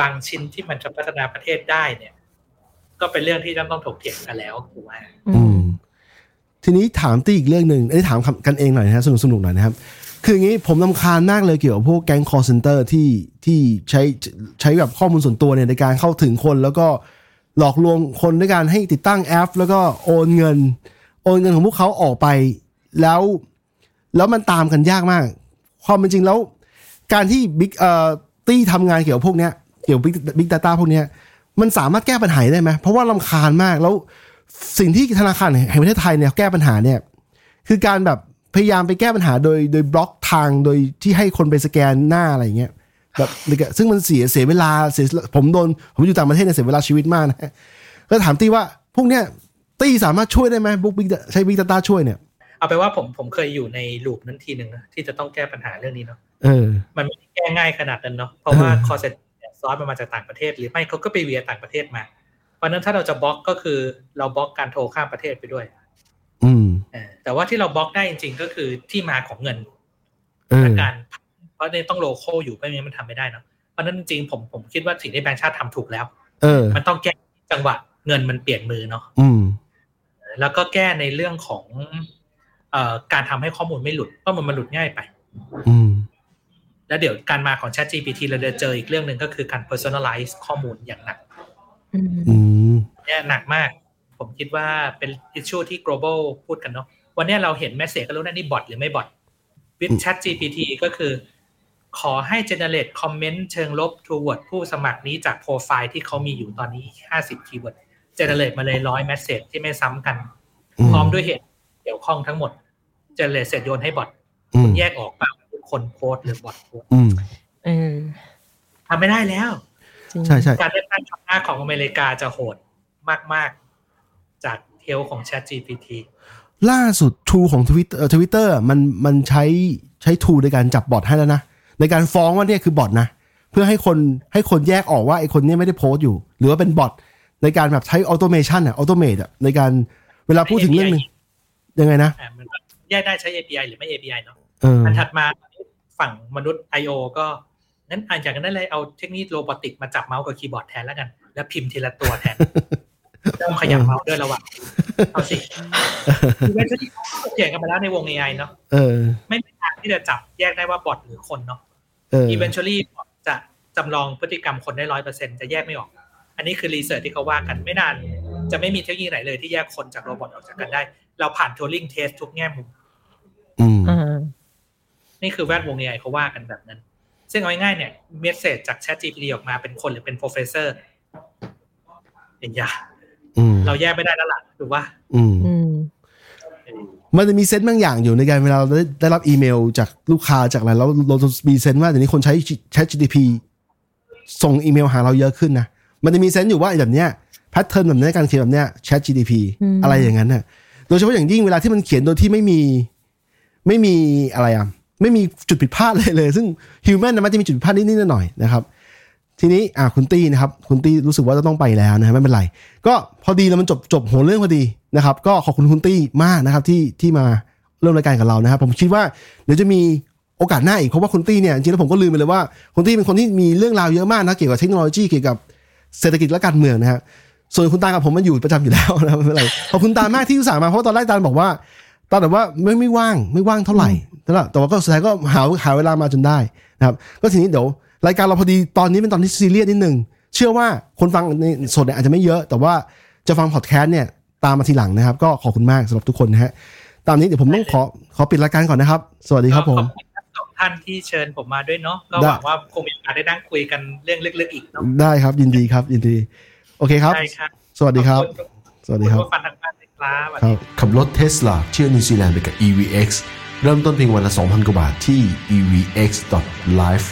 Speaker 3: บางชิ้นที่มันจะพัฒนาประเทศได้เนี่ย ก็เป็นเรื่องที่ต้องต้องถกเถียงกันแล้วถูกไหม
Speaker 4: อื
Speaker 2: อื
Speaker 4: ม
Speaker 2: มทีนี้ถามตีอีกเรื่องหนึ่งอันนี้ถามกันเองหน่อยนะฮะสนุกสนุกหน่อยนะครับ คืออย่างนี้ผมลำคาญมากเลยเกี่ยวกับพวกแก๊งคอร์เซนเตอร์ที่ที่ใช้ใช้แบบข้อมูลส่วนตัวเนี่ยในการเข้าถึงคน แล้วก็หลอกลวงคนด้วยการให้ติดตั้งแอป แล้วก็โอนเงิน โอนเงินของพวกเขาออกไป แล้ว แล้วมันตามกันยากมาก ความเป็นจริงแล้ว การที่บิ๊กเอ่อตี้ทำงานเกี่ยวกับพวกเนี้ยเกี่ยวกับบิ๊กดาต้าพวกเนี้ย มันสามารถแก้ปัญหาได้ไหม เพราะว่าลำคาญมากแล้ว สิ่งที่ธนาคารแห่งประเทศไทยเนี่ยแก้ปัญหาเนี่ย คือการแบบพยายามไปแก้ปัญหาโดยโดยบล็อกทางโดยที่ให้คนไปสแกนหน้าอะไรอย่างเงี้ยแบบซึ่งมันเสียเสียเวลาเสียผมโดนผมอยู่ต่างประเทศเนี่ยเสียเวลาชีวิตมากนะก็ถามตี้ว่าพวกเนี้ยตี้สามารถช่วยได้ไหมบุ๊กบิ๊กใช้บิ๊กดาต้าช่วยเนี่ย
Speaker 3: เอาไปนว่าผมผมเคยอยู่ในลูปนั้นทีหนึ่งนะที่จะต้องแก้ปัญหาเรื่องนี้เนาะ
Speaker 2: เออ
Speaker 3: มันไม่ได้แก้ง่ายขนาดนั้นเนาะเพราะว่า
Speaker 2: เออ
Speaker 3: คอเซ็ตซอสมันมาจากต่างประเทศ หรือไม่เขาก็ไปเวียต่างประเทศมา เพราะฉะนั้นถ้าเราจะบล็อกก็คือเราบล็อกการโทรข้ามประเทศไปด้วย
Speaker 2: อืม
Speaker 3: เออแต่ว่าที่เราบล็อกได้จริงๆก็คือที่มาของเงิน
Speaker 2: เออ
Speaker 3: และการเพราะเนี่ยต้องโลโก้อยู่ไม่งั้นมันทำไม่ได้เนาะเพราะฉะนั้นจริงๆผมผมคิดว่าสิ่งที่แบงค์ชาติทำถูกแล้ว
Speaker 2: เออ
Speaker 3: มันต้องแก้จังหวะเงินมันเปลี่ยนมือเนาะ
Speaker 2: อืม
Speaker 3: แล้วก็แก้ในเรื่องของเอ่อการทำให้ข้อมูลไม่หลุดเพราะมันมันหลุดง่ายไป
Speaker 2: อืม
Speaker 3: แล้วเดี๋ยวการมาของ ChatGPT เราจะเจออีกเรื่องหนึ่งก็คือการ personalize ข้อมูลอย่างหนัก
Speaker 4: อืม
Speaker 2: อืม
Speaker 3: เนี่ยหนักมาก ผมคิดว่าเป็น issue ที่ global พูดกันเนาะวันเนี้ยเราเห็นแมสเซจก็รู้นะนี่บอทหรือไม่บอท with ChatGPT ก็คือ ขอให้ generate comment เชิงลบ toward ผู้สมัครนี้จากโปรไฟล์ที่เขามีอยู่ตอนนี้ 50 keyword generate มาเลย 100 message ที่ไม่ซ้ำกัน
Speaker 2: อืม
Speaker 3: พร้อมด้วยเหตุเกี่ยวข้องทั้งหมด generate เสร็จโยนให้บอท
Speaker 2: อืม
Speaker 3: แยกออกเปล่าคนโพสต์หรือบอทโพสต์
Speaker 2: อืม
Speaker 4: เออ
Speaker 3: ทำไม่ได้แล้ว
Speaker 4: จริง
Speaker 2: ใช่ใช่
Speaker 3: การเลือกตั้งครั้งหน้าของอเมริกาจะโหดมาก ๆ จากเทลของ Chat GPT
Speaker 2: ล่าสุดทูของทวิตทวิตเตอร์มันมันใช้ใช้ทูในการจับบอทให้แล้วนะ ในการฟ้องว่าเนี่ยคือบอทนะ เพื่อให้คนให้คนแยกออกว่าไอคนเนี้ไม่ได้โพสต์อยู่ หรือว่าเป็นบอทในการแบบใช้ออโตเมชันอะออโตเมตอะในการเวลาพูดถึงเรื่องหนึงยังไงนะ
Speaker 3: อ่ามันแยกได้ใช้ API หรือไม่ API เนาะ
Speaker 2: เออ
Speaker 3: อันถัดมาฝั่งมนุษย์ I.O. ก็งั้นอ่านจากนั้นเลยเอาเทคนิคโรบอติกมาจับเมาส์กับคีย์บอร์ดแทนแล้วกัน แล้วพิมพ์ทีละตัวแท น ต้องขยับเมาส์ด้วยระหว่ างเอาสิคือเว้นที่เถียงกันมาแล้วในวง AI เนาะ
Speaker 2: เออ
Speaker 3: ไม่มีทางที่จะจับแยกได้ว่าบอทหรือคนเนาะ
Speaker 2: เออ
Speaker 3: eventually จะจำลองพฤติกรรมคนได้ร้อยเปอร์เซ็นจะแยกไม่ออก อันนี้คือรีเสิร์ชที่เขาว่ากันไม่นาน จะไม่มีเทคโนโลยีไหนเลยที่แยกคนจากโรบอทออกจากกันได้ เราผ่านทัวริงเทสทุกแง่มุม
Speaker 2: อืม
Speaker 4: อ่า
Speaker 3: นี่คือแวดวง AI เขาว่ากันแบบนั้น ซึ่งเอาง่ายๆเนี่ยเมสเซจจาก ChatGPT ออกมาเป็นคนหรือเป็น professor เป็นยา
Speaker 2: อืม
Speaker 3: เราแยกไม่ได้แล้วล่ะถูกว่า
Speaker 2: อืม
Speaker 4: อืม
Speaker 2: มันจะมีเซนต์บางอย่างอยู่ในการเวลาเราได้ได้รับอีเมลจากลูกค้าจากอะไรแล้วเราจะมีเซนต์ว่าเดี๋ยวนี้คนใช้ ChatGPT ส่งอีเมลหาเราเยอะขึ้นนะมันจะมีเซนต์อยู่ว่าไอ้แบบเนี้ยแพทเทิร์นแบบเนี้ยการเขียนแบบเนี้ย ChatGPT
Speaker 4: อืม
Speaker 2: อะไรอย่างนั้นน่ะ โดยเฉพาะอย่างยิ่งเวลาที่มันเขียนโดยที่ไม่มีไม่มีอะไรอ่ะ ไม่มีจุดผิดพลาดเลยเลย ซึ่งฮิวแมนนะมันจะมีจุดผิดพลาดนิดๆหน่อยๆนะครับ ทีนี้อ่ะคุณตี้นะครับ คุณตี้รู้สึกว่าจะต้องไปแล้วนะฮะไม่เป็นไร ก็พอดีแล้วมันจบจบหัวเรื่องพอดีนะครับ ก็ขอบคุณคุณตี้มากนะครับที่ที่มาเริ่มรายการกับเรานะครับ ผมคิดว่าเดี๋ยวจะมีโอกาสหน้าอีกเพราะว่าคุณตี้เนี่ยจริงๆแล้วผมก็ลืมไปเลยว่าคุณตี้เป็นคนที่มีเรื่องราวเยอะมากนะเกี่ยวกับเทคโนโลยีเกี่ยวกับเศรษฐกิจและการเมืองนะฮะส่วนคุณตากับผมมันอยู่ประจำอยู่แล้ว นะครับไม่เป็นไรขอบคุณตามากที่อุตส่าห์มาเพราะว่าตอนแรกตาลบอกว่าตาลบอกว่าไม่ไม่ว่างไม่ว่างเท่าไหร่แต่ว่าแต่ว่าก็สุดท้ายก็หาหาเวลามาจนได้นะครับ ก็ทีนี้เดี๋ยวรายการเราพอดีตอนนี้เป็นตอนที่ซีเรียสนิดนึง เชื่อว่าคนฟังในสดเนี่ยอาจจะไม่เยอะ แต่ว่าจะฟังพอดแคสต์เนี่ยตามมาทีหลังนะครับ ก็ขอบคุณมากสำหรับทุกคนนะฮะตามนี้เดี๋ยวผมต้องขอขอปิดรายการก่อนนะครับ สวัสดีครับผม
Speaker 3: ขอณทั้งสองท่านที่เชิญผมมาด้วยเนาะก็
Speaker 2: ได้
Speaker 3: หวังว่าคงมีโอกาสได้นั่งคุยกันเรื่องลึกๆอีกเนาะ
Speaker 2: ได้ครับยินดีครับ ยินดี โอเคครับ
Speaker 3: ได้ครับ
Speaker 2: สวัสดีครับ
Speaker 3: ขอณ
Speaker 2: สวัสดีครับ
Speaker 3: ณผู้ฟังทางบ้านด้วยครับสวัส
Speaker 2: ค
Speaker 3: ดี
Speaker 2: รับ
Speaker 5: ขับรถเทสลาเที่ยวนิวซีแลนด์ไปกับ EVX เริ่มต้นเพียงวันละ 2,000 กว่าบาทที่ evx.life